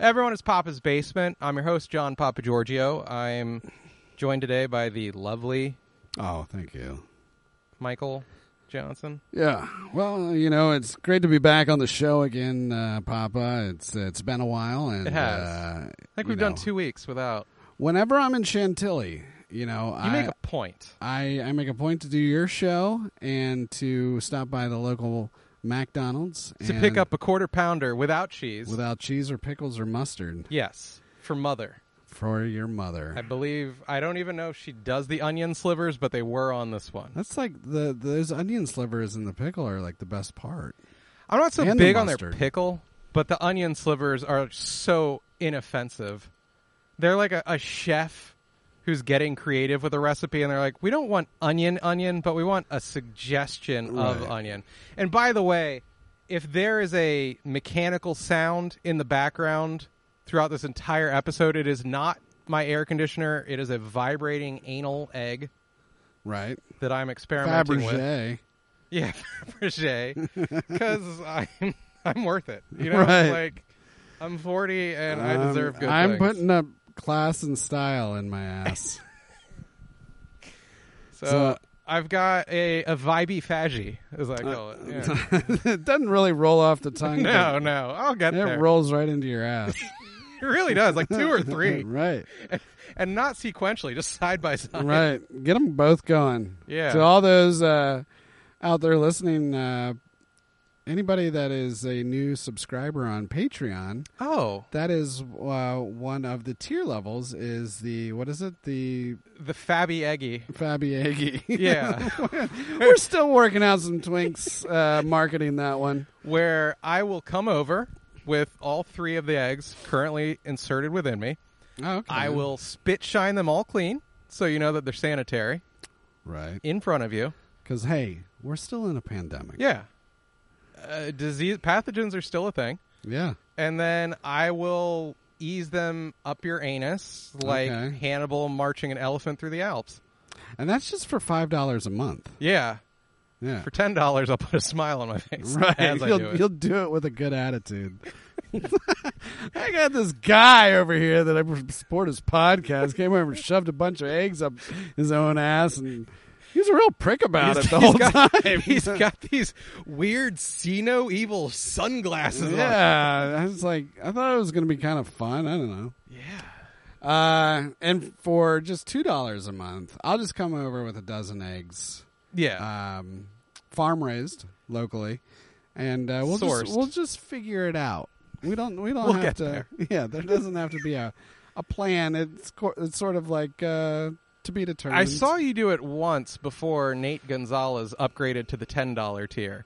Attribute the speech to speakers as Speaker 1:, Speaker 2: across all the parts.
Speaker 1: Everyone is Papa's Basement. I'm your host, John Papa Giorgio. I'm joined today by the lovely
Speaker 2: Oh, thank you.
Speaker 1: Michael Johnson.
Speaker 2: Yeah. Well, you know, it's great to be back on the show again, uh, Papa. It's it's been a while, and
Speaker 1: It has.
Speaker 2: Uh,
Speaker 1: I think
Speaker 2: you
Speaker 1: we've done
Speaker 2: know,
Speaker 1: two weeks without.
Speaker 2: Whenever I'm in Chantilly, you know,
Speaker 1: You
Speaker 2: I
Speaker 1: make a point.
Speaker 2: I- I make a point to do your show and to stop by the local McDonald's
Speaker 1: To
Speaker 2: and
Speaker 1: pick up a quarter pounder without cheese.
Speaker 2: without cheese or pickles or mustard
Speaker 1: yes, for mother.
Speaker 2: for your
Speaker 1: I
Speaker 2: mother.
Speaker 1: believe I don't even know if she does the onion slivers, but they were on this one.
Speaker 2: That's like the those onion slivers and the pickle are like the best part.
Speaker 1: I'm not so
Speaker 2: And the
Speaker 1: big on their
Speaker 2: mustard.
Speaker 1: pickle, but the onion slivers are so inoffensive. They're like a, a chef who's getting creative with a recipe, and they're like, "We don't want onion, onion, but we want a suggestion of
Speaker 2: Right.
Speaker 1: onion." And by the way, if there is a mechanical sound in the background throughout this entire episode, it is not my air conditioner. It is a vibrating anal egg
Speaker 2: Right?
Speaker 1: that I'm experimenting with.
Speaker 2: Fabergé.
Speaker 1: Yeah, Fabergé, because I'm I'm worth it. You know,
Speaker 2: Right.
Speaker 1: like I'm 40 and I
Speaker 2: Um,
Speaker 1: deserve good. things.
Speaker 2: I'm putting up class and style in my ass.
Speaker 1: so,
Speaker 2: so- Uh,
Speaker 1: I've got a a vibey faggy, as I call it. Yeah.
Speaker 2: it doesn't really roll off the tongue.
Speaker 1: no, no, I'll get
Speaker 2: but it
Speaker 1: there.
Speaker 2: rolls right into your ass.
Speaker 1: it really does, like two or three,
Speaker 2: right,
Speaker 1: and not sequentially, just side by side.
Speaker 2: right. Get them both going.
Speaker 1: Yeah.
Speaker 2: To all those uh, out there listening, uh, anybody that is a new subscriber on Patreon,
Speaker 1: Oh,
Speaker 2: that is uh, one of the tier levels. Is the what is it? The
Speaker 1: the fabby eggy.
Speaker 2: Fabiegi.
Speaker 1: Yeah,
Speaker 2: We're still working out some twinks uh, marketing that one.
Speaker 1: where I will come over with all three of the eggs currently inserted within me.
Speaker 2: Oh, okay.
Speaker 1: I will spit shine them all clean, so you know that they're sanitary
Speaker 2: Right.
Speaker 1: in front of you.
Speaker 2: Because hey, we're still in a pandemic.
Speaker 1: Yeah. Uh, disease pathogens are still a thing,
Speaker 2: Yeah.
Speaker 1: and then I will ease them up your anus like
Speaker 2: Okay.
Speaker 1: Hannibal marching an elephant through the Alps.
Speaker 2: And that's just for five dollars a month.
Speaker 1: Yeah.
Speaker 2: Yeah.
Speaker 1: For ten dollars, I'll put a smile on my face as I
Speaker 2: you'll,
Speaker 1: do it.
Speaker 2: you'll do it with a good attitude. I got this guy over here that I support his podcast. Came over and shoved a bunch of eggs up his own ass, and he's a real prick about
Speaker 1: He's-
Speaker 2: it the
Speaker 1: he's
Speaker 2: whole
Speaker 1: got,
Speaker 2: time.
Speaker 1: he's got these weird, see no evil sunglasses. on.
Speaker 2: yeah, I was like, I thought it was going to be kind of fun. I don't know.
Speaker 1: yeah.
Speaker 2: Uh, and for just two dollars a month, I'll just come over with a dozen eggs.
Speaker 1: Yeah.
Speaker 2: um, farm raised locally, and uh, we'll
Speaker 1: Sourced.
Speaker 2: just we'll just figure it out. We don't we don't
Speaker 1: We'll
Speaker 2: have
Speaker 1: get
Speaker 2: to.
Speaker 1: there.
Speaker 2: Yeah, there doesn't have to be a a plan. It's co- it's sort of like uh, to be determined.
Speaker 1: I saw you do it once before Nate Gonzalez upgraded to the ten dollar tier.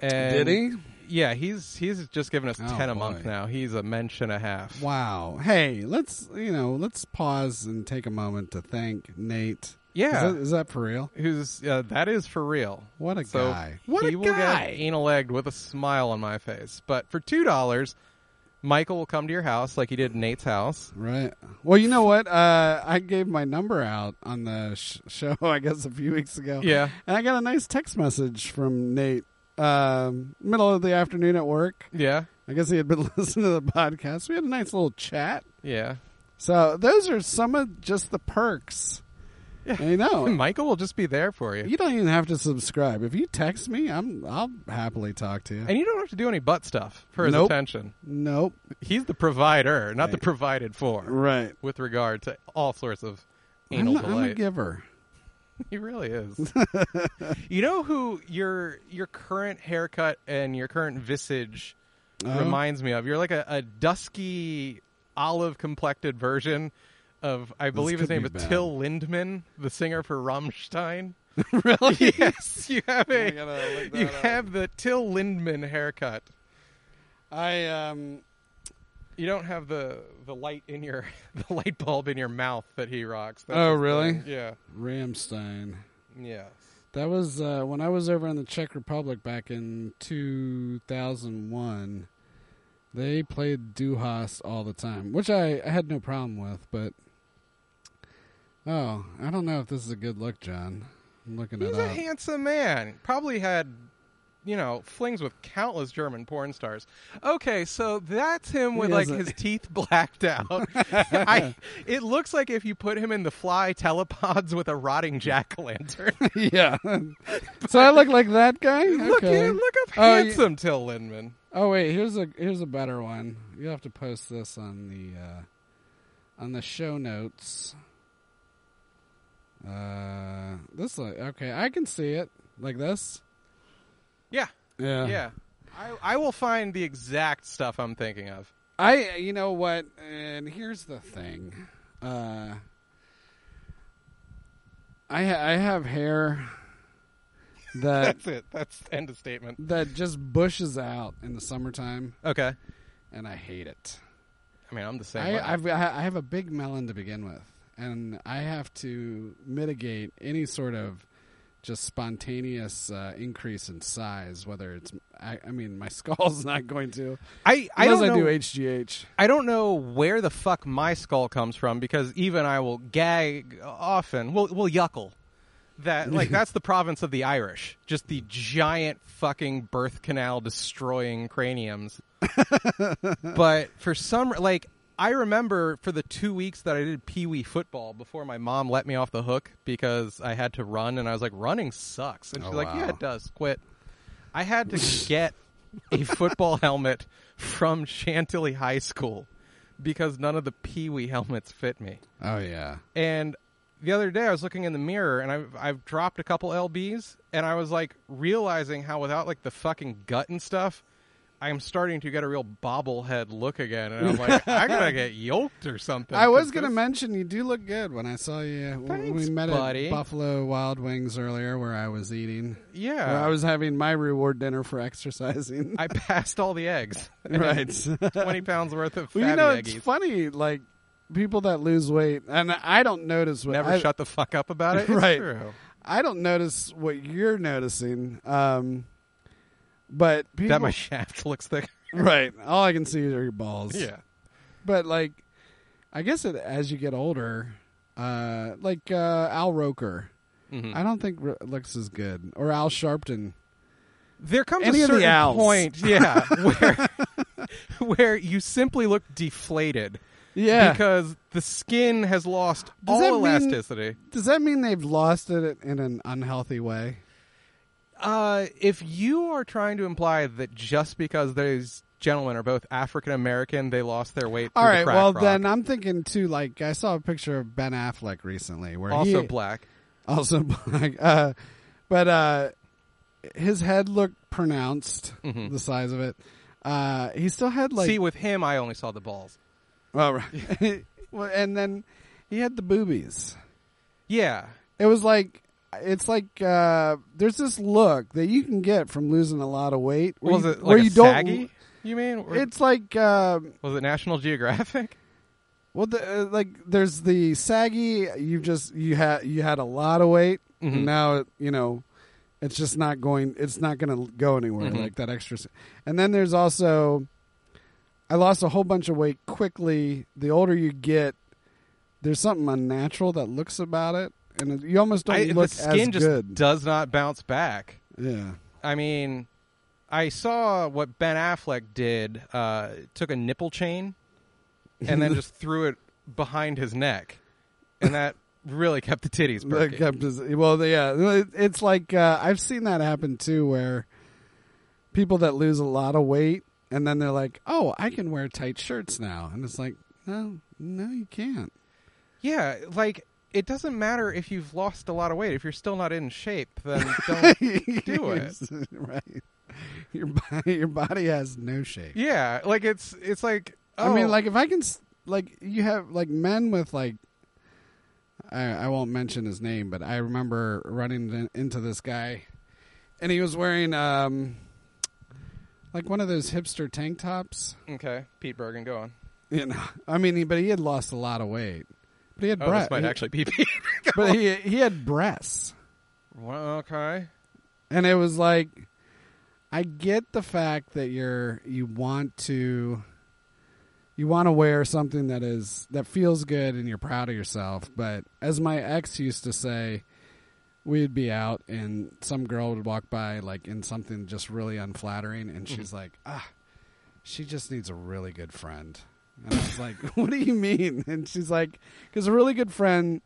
Speaker 1: And
Speaker 2: Did he?
Speaker 1: Yeah, he's he's just giving us
Speaker 2: Oh,
Speaker 1: ten a month
Speaker 2: boy.
Speaker 1: now. He's a mensch and a half.
Speaker 2: Wow. Hey, let's you know let's pause and take a moment to thank Nate.
Speaker 1: Yeah.
Speaker 2: is that, is that for real?
Speaker 1: Who's uh, that is for real.
Speaker 2: What a
Speaker 1: So
Speaker 2: guy! What
Speaker 1: he
Speaker 2: a
Speaker 1: will
Speaker 2: guy!
Speaker 1: get anal egged with a smile on my face. But for two dollars, Michael will come to your house like he did Nate's house.
Speaker 2: Right. Well, you know what? Uh, I gave my number out on the sh- show, I guess, a few weeks ago.
Speaker 1: Yeah.
Speaker 2: And I got a nice text message from Nate, um, middle of the afternoon at work.
Speaker 1: Yeah,
Speaker 2: I guess he had been listening to the podcast. We had a nice little chat.
Speaker 1: yeah.
Speaker 2: So those are some of just the perks. Yeah. You know,
Speaker 1: Michael will just be there for you,
Speaker 2: you don't even have to subscribe. If you text me, I'm I'll happily talk to you.
Speaker 1: and you don't have to do any butt stuff for his
Speaker 2: Nope.
Speaker 1: attention.
Speaker 2: nope.
Speaker 1: He's the provider, not the provided for.
Speaker 2: Right.
Speaker 1: with regard to all sorts of
Speaker 2: I'm,
Speaker 1: anal
Speaker 2: not- I'm a
Speaker 1: delight.
Speaker 2: giver.
Speaker 1: he really is. you know who your your current haircut and your current visage
Speaker 2: Oh.
Speaker 1: reminds me of? You're like a, a dusky olive complected version of I believe his
Speaker 2: could
Speaker 1: name
Speaker 2: be
Speaker 1: is
Speaker 2: bad.
Speaker 1: Till Lindman, the singer for Rammstein. really? Yes, you have a you have the Till Lindman haircut.
Speaker 2: I um.
Speaker 1: You don't have the the light in your the light bulb in your mouth that he rocks. That's
Speaker 2: Oh,
Speaker 1: his
Speaker 2: really?
Speaker 1: thing. Yeah.
Speaker 2: Ramstein.
Speaker 1: Yes.
Speaker 2: That was uh, when I was over in the Czech Republic back in 2001. They played Duhas all the time, which I, I had no problem with, but. Oh, I don't know if this is a good look, John. I'm looking
Speaker 1: He's
Speaker 2: it
Speaker 1: a
Speaker 2: up.
Speaker 1: handsome man. Probably had you know, flings with countless German porn stars. Okay, so that's him with
Speaker 2: He
Speaker 1: like
Speaker 2: has a-
Speaker 1: his teeth blacked out. I, it looks like if you put him in the fly telepods with a rotting jack o' lantern.
Speaker 2: yeah. so I look like that guy.
Speaker 1: Look,
Speaker 2: okay.
Speaker 1: at- look up
Speaker 2: Oh, you-
Speaker 1: handsome Till Lindemann.
Speaker 2: Oh wait, here's a here's a better one. You have to post this on the uh, on the show notes. Uh, this look, okay. I can see it like this.
Speaker 1: Yeah,
Speaker 2: Yeah,
Speaker 1: yeah. I, I will find the exact stuff I'm thinking of.
Speaker 2: I you know what? And here's the thing. Uh, I ha- I have hair that
Speaker 1: That's it. That's the end of statement.
Speaker 2: that just bushes out in the summertime,
Speaker 1: Okay.
Speaker 2: and I hate it.
Speaker 1: I mean, I'm the same. way.
Speaker 2: I, I've, I I have a big melon to begin with, and I have to mitigate any sort of just spontaneous uh, increase in size. Whether it's, I, I mean, my skull's not going to.
Speaker 1: I, I
Speaker 2: Unless
Speaker 1: don't
Speaker 2: I,
Speaker 1: know.
Speaker 2: do HGH.
Speaker 1: I don't know where the fuck my skull comes from because even I will gag often. We'll we'll yuckle. That like that's the province of the Irish. Just the giant fucking birth canal destroying craniums. but for some like I remember for the two weeks that I did pee wee football before my mom let me off the hook because I had to run and I was like, running sucks. And
Speaker 2: Oh,
Speaker 1: she's like, Yeah,
Speaker 2: wow.
Speaker 1: it does. Quit. I had to get a football helmet from Chantilly High School because none of the Pee Wee helmets fit me.
Speaker 2: Oh yeah.
Speaker 1: And the other day I was looking in the mirror and I've, I've dropped a couple LBs and I was like realizing how without like the fucking gut and stuff, I'm starting to get a real bobblehead look again. And I'm like, I gotta get yoked or something.
Speaker 2: I was
Speaker 1: 'cause
Speaker 2: gonna
Speaker 1: this-
Speaker 2: mention you do look good when I saw you when we
Speaker 1: Thanks,
Speaker 2: met
Speaker 1: buddy.
Speaker 2: at Buffalo Wild Wings earlier, where I was eating, where
Speaker 1: Yeah.
Speaker 2: I was having my reward dinner for exercising.
Speaker 1: I passed all the eggs.
Speaker 2: right.
Speaker 1: 20 pounds worth of fatty
Speaker 2: Well, you know,
Speaker 1: eggies.
Speaker 2: it's funny, like people that lose weight, and I don't notice what
Speaker 1: Never
Speaker 2: I,
Speaker 1: shut the fuck up about it. It's
Speaker 2: Right.
Speaker 1: true.
Speaker 2: I don't notice what you're noticing. Um, but people,
Speaker 1: That my shaft looks thick.
Speaker 2: right? All I can see are your balls.
Speaker 1: Yeah.
Speaker 2: but like, I guess it, as you get older, uh, like uh, Al Roker,
Speaker 1: Mhm.
Speaker 2: I don't think r- looks as good, or Al Sharpton.
Speaker 1: There comes
Speaker 2: Any
Speaker 1: a
Speaker 2: of the
Speaker 1: certain
Speaker 2: owls.
Speaker 1: point, yeah, where where you simply look deflated
Speaker 2: Yeah,
Speaker 1: because the skin has lost
Speaker 2: Does that
Speaker 1: all
Speaker 2: mean-
Speaker 1: elasticity.
Speaker 2: does that mean they've lost it in an unhealthy way?
Speaker 1: Uh, if you are trying to imply that just because these gentlemen are both African American, they lost their weight.
Speaker 2: All
Speaker 1: through the
Speaker 2: right,
Speaker 1: crack
Speaker 2: well
Speaker 1: rock,
Speaker 2: then I'm thinking too. Like I saw a picture of Ben Affleck recently, where
Speaker 1: also
Speaker 2: he,
Speaker 1: black.
Speaker 2: also black. Uh, but uh, his head looked pronounced,
Speaker 1: Mhm.
Speaker 2: the size of it. Uh, he still had like,
Speaker 1: See, with him, I only saw the balls.
Speaker 2: well, right. Well, and then he had the boobies.
Speaker 1: Yeah,
Speaker 2: It was like, it's like uh, there's this look that you can get from losing a lot of weight. Where
Speaker 1: was
Speaker 2: you,
Speaker 1: it like
Speaker 2: where
Speaker 1: a
Speaker 2: you don't?
Speaker 1: saggy? You mean Or
Speaker 2: It's like, uh,
Speaker 1: was it National Geographic?
Speaker 2: well, the, uh, like there's the saggy. You just you had you had a lot of weight.
Speaker 1: Mhm.
Speaker 2: And now it, you know it's just not going it's not going to go anywhere
Speaker 1: Mhm.
Speaker 2: like that extra s- and then there's also i lost a whole bunch of weight quickly the older you get there's something unnatural that looks about it and it- you almost don't
Speaker 1: I-
Speaker 2: look
Speaker 1: the skin
Speaker 2: as
Speaker 1: just
Speaker 2: good
Speaker 1: does not bounce back.
Speaker 2: yeah
Speaker 1: I mean, I saw what Ben Affleck did. Uh, took a nipple chain and then just threw it behind his neck, and that really kept the titties
Speaker 2: Like,
Speaker 1: perky.
Speaker 2: I'm just- well yeah it- it's like uh, i've seen that happen too where people that lose a lot of weight and then they're like oh i can wear tight shirts now and it's like no no you can't
Speaker 1: yeah, like it doesn't matter if you've lost a lot of weight if you're still not in shape. Then don't. do it.
Speaker 2: right. Your body, your body has no shape.
Speaker 1: yeah, like it's it's like
Speaker 2: I mean,
Speaker 1: oh,
Speaker 2: like if I can, s- like you have like men with like, I I won't mention his name, but I remember running in- into this guy, and he was wearing um, like one of those hipster tank tops.
Speaker 1: okay, Pete Bergen, go on.
Speaker 2: You know, I mean, he- but he had lost a lot of weight. But he had
Speaker 1: Oh,
Speaker 2: breasts.
Speaker 1: this might actually be Pete.
Speaker 2: But he he had breasts.
Speaker 1: well, okay,
Speaker 2: and it was like i get the fact that you're you want to you want to wear something that is that feels good and you're proud of yourself but as my ex used to say we'd be out and some girl would walk by like in something just really unflattering and she's like ah she just needs a really good friend and i was like what do you mean and she's like because a really good friend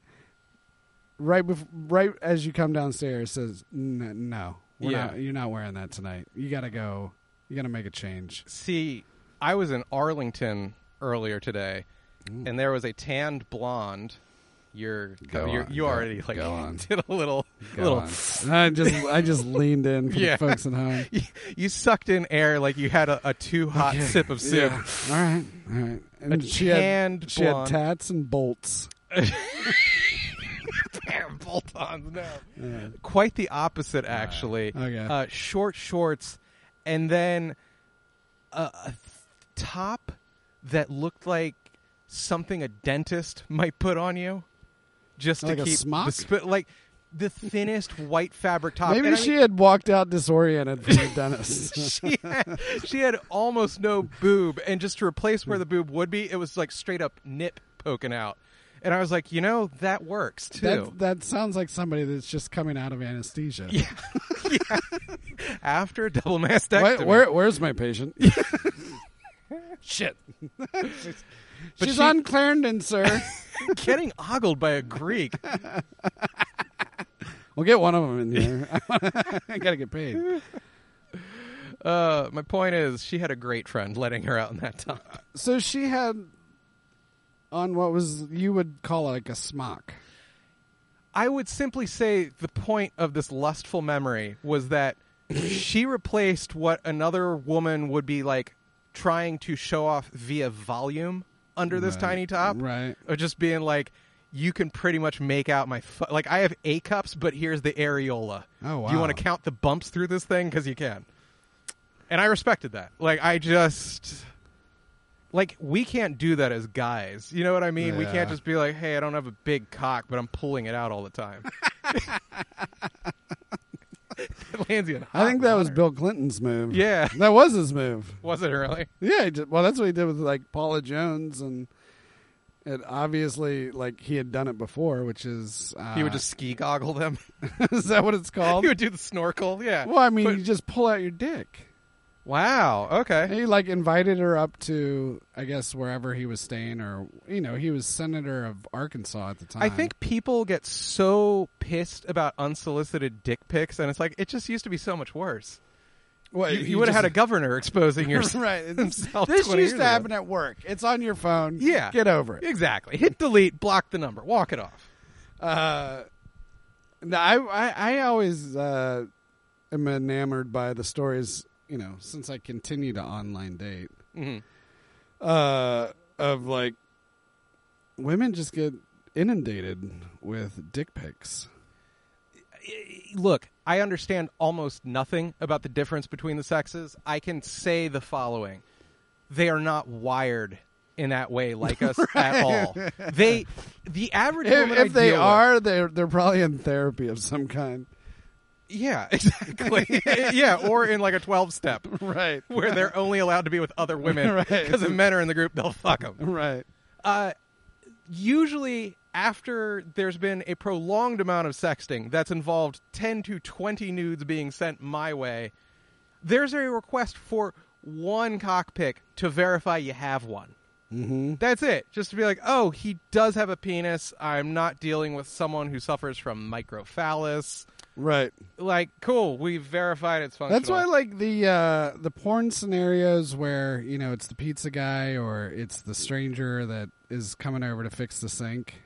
Speaker 2: right bef- right as you come downstairs says "N- no we're
Speaker 1: Yeah.
Speaker 2: not, you're not wearing that tonight you gotta go you gotta make a change
Speaker 1: See, I was in Arlington earlier today, and there was a tanned blonde. You're,
Speaker 2: Go
Speaker 1: you're
Speaker 2: on,
Speaker 1: you
Speaker 2: go-
Speaker 1: already like
Speaker 2: go on.
Speaker 1: did a little
Speaker 2: Go
Speaker 1: little.
Speaker 2: on. And I just I just leaned in for
Speaker 1: Yeah.
Speaker 2: the folks at home.
Speaker 1: You, you sucked in air like you had a, a too hot
Speaker 2: Okay.
Speaker 1: sip of soup.
Speaker 2: Yeah. All right. All right. And
Speaker 1: A
Speaker 2: she
Speaker 1: tanned
Speaker 2: had, she had
Speaker 1: blonde.
Speaker 2: tats and bolts.
Speaker 1: Damn, bolt-ons, no.
Speaker 2: Yeah.
Speaker 1: quite the opposite actually
Speaker 2: Okay.
Speaker 1: uh, short shorts and then a, a th- top that looked like something a dentist might put on you just
Speaker 2: Like
Speaker 1: to
Speaker 2: a
Speaker 1: keep
Speaker 2: smock?
Speaker 1: the sp- like the thinnest white fabric top
Speaker 2: Maybe
Speaker 1: And I
Speaker 2: she
Speaker 1: mean,
Speaker 2: had walked out disoriented from the dentist.
Speaker 1: she had, she had almost no boob and just to replace where the boob would be it was like straight up nip poking out and i was like you know that works too
Speaker 2: that, that sounds like somebody that's just coming out of anesthesia.
Speaker 1: Yeah. Yeah. After a double mastectomy.
Speaker 2: Wait, where, where's my patient? Shit.
Speaker 1: But
Speaker 2: She's
Speaker 1: she-
Speaker 2: on Clarendon, sir.
Speaker 1: Getting ogled by a Greek.
Speaker 2: we'll get one of them in here. I gotta get paid.
Speaker 1: Uh, my point is, she had a great friend letting her out in that top.
Speaker 2: So she had on what was you would call like a smock.
Speaker 1: I would simply say the point of this lustful memory was that she replaced what another woman would be like trying to show off via volume under this
Speaker 2: Right.
Speaker 1: tiny top.
Speaker 2: Right.
Speaker 1: Or just being like, you can pretty much make out my. Fu- like, I have A cups, but here's the areola.
Speaker 2: Oh,
Speaker 1: Do you
Speaker 2: wow.
Speaker 1: want to count the bumps through this thing? Because you can. And I respected that. Like, I just. Like, we can't do that as guys. You know what I mean? We
Speaker 2: Yeah.
Speaker 1: can't just be like, hey, I don't have a big cock, but I'm pulling it out all the time. it lands you in
Speaker 2: I think
Speaker 1: hot
Speaker 2: that was
Speaker 1: water.
Speaker 2: Bill Clinton's move.
Speaker 1: Yeah.
Speaker 2: That was his move.
Speaker 1: Was it really?
Speaker 2: Yeah, he did, well, that's what he did with like Paula Jones, and it obviously like he had done it before, which is uh,
Speaker 1: He would just ski goggle them.
Speaker 2: is that what it's called?
Speaker 1: he would do the snorkel. Yeah.
Speaker 2: well, I mean,
Speaker 1: But-
Speaker 2: you just pull out your dick.
Speaker 1: wow. Okay.
Speaker 2: He like invited her up to, I guess, wherever he was staying, or you know, he was senator of Arkansas at the time.
Speaker 1: I think people get so pissed about unsolicited dick pics, and it's like it just used to be so much worse.
Speaker 2: well,
Speaker 1: You,
Speaker 2: he
Speaker 1: would have
Speaker 2: just-
Speaker 1: had a governor exposing your
Speaker 2: right. This,
Speaker 1: himself
Speaker 2: this
Speaker 1: 20 years
Speaker 2: used to
Speaker 1: ago.
Speaker 2: happen at work. It's on your phone.
Speaker 1: Yeah.
Speaker 2: get over it.
Speaker 1: exactly. Hit delete, block the number, walk it off.
Speaker 2: Uh, no, I, I, I always uh, am enamored by the stories, you know, since I continue to online date,
Speaker 1: Mhm.
Speaker 2: uh, of like women just get inundated with dick pics.
Speaker 1: Look, I understand almost nothing about the difference between the sexes. I can say the following: they are not wired in that way like us at all. They, the average
Speaker 2: If,
Speaker 1: woman I
Speaker 2: if they
Speaker 1: deal with-
Speaker 2: are, they're they're probably in therapy of some kind,
Speaker 1: yeah, exactly, yeah, or in like a twelve step.
Speaker 2: right?
Speaker 1: where they're only allowed to be with other women
Speaker 2: Right.
Speaker 1: because if men are in the group, they'll fuck them.
Speaker 2: Right.
Speaker 1: Uh, usually, after there's been a prolonged amount of sexting that's involved 10 to 20 nudes being sent my way, there's a request for one cockpick to verify you have one.
Speaker 2: Mm-hmm.
Speaker 1: That's it. Just to be like, oh, he does have a penis. I'm not dealing with someone who suffers from microphallus.
Speaker 2: Right.
Speaker 1: Like, cool. We've verified it's functional.
Speaker 2: That's why, like the uh, the porn scenarios where you know it's the pizza guy or it's the stranger that is coming over to fix the sink.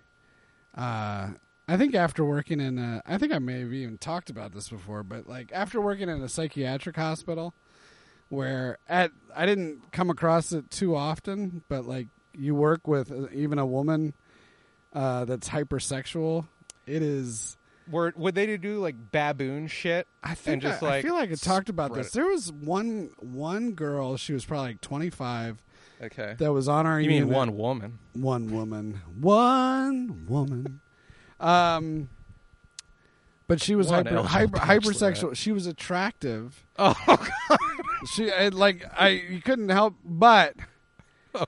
Speaker 2: Uh, I think after working in, a, I think I may have even talked about this before, but like after working in a psychiatric hospital, where at I didn't come across it too often, but like you work with uh, even a woman uh, that's hypersexual, it is.
Speaker 1: Were would they do like baboon shit?
Speaker 2: I think
Speaker 1: and just
Speaker 2: I,
Speaker 1: like
Speaker 2: I feel like I talked about
Speaker 1: spread
Speaker 2: this. There was one one girl. She was probably like 25.
Speaker 1: it. Okay.
Speaker 2: That was on our
Speaker 1: You mean
Speaker 2: unit.
Speaker 1: one woman?
Speaker 2: one woman one woman. um, but she was
Speaker 1: One
Speaker 2: hyper,
Speaker 1: eligible
Speaker 2: hyper hypersexual.
Speaker 1: bachelorette.
Speaker 2: She was attractive.
Speaker 1: Oh,
Speaker 2: She I, like I
Speaker 1: Oh,
Speaker 2: you couldn't help but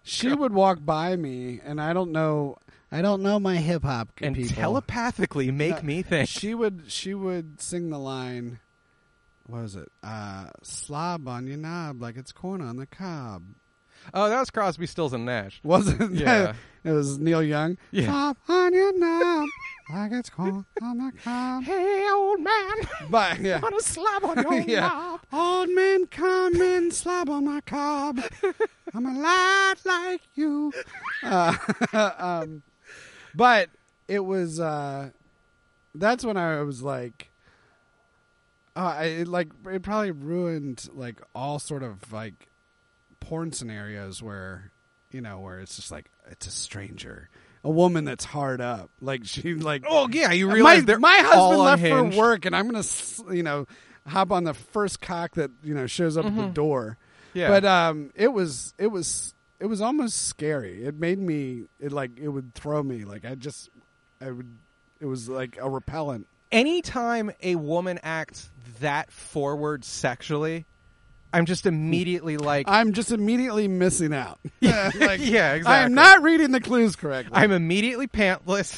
Speaker 2: she would walk by me and I don't know. I don't know my hip hop
Speaker 1: and
Speaker 2: people.
Speaker 1: telepathically make
Speaker 2: No,
Speaker 1: me think.
Speaker 2: she would she would sing the line what was it uh slob on your knob like it's corn on the cob
Speaker 1: Oh, that was Crosby, Stills, and Nash.
Speaker 2: wasn't
Speaker 1: Yeah.
Speaker 2: it was neil young
Speaker 1: Yeah.
Speaker 2: slob on your knob like it's corn on the cob
Speaker 1: Hey, old man,
Speaker 2: but yeah
Speaker 1: want to slob on your
Speaker 2: Yeah.
Speaker 1: knob?
Speaker 2: old man come and slob on my cob i'm a lot like you uh, um, but it was uh that's when i was like uh, I- it like it probably ruined like all sort of like porn scenarios where you know where it's just like it's a stranger a woman that's hard up like she like
Speaker 1: Oh yeah, you
Speaker 2: my,
Speaker 1: realize they're
Speaker 2: my husband
Speaker 1: all
Speaker 2: left
Speaker 1: unhinged.
Speaker 2: for work and i'm gonna s- you know hop on the first cock that you know shows up at the door
Speaker 1: Yeah.
Speaker 2: but um it was it was it was almost scary it made me it like it would throw me like i just i would it was like a repellent
Speaker 1: Anytime a woman acts that forward sexually, I'm just immediately like,
Speaker 2: i'm just immediately missing out Like,
Speaker 1: yeah, exactly.
Speaker 2: i'm not reading the clues correctly
Speaker 1: I'm immediately pantless,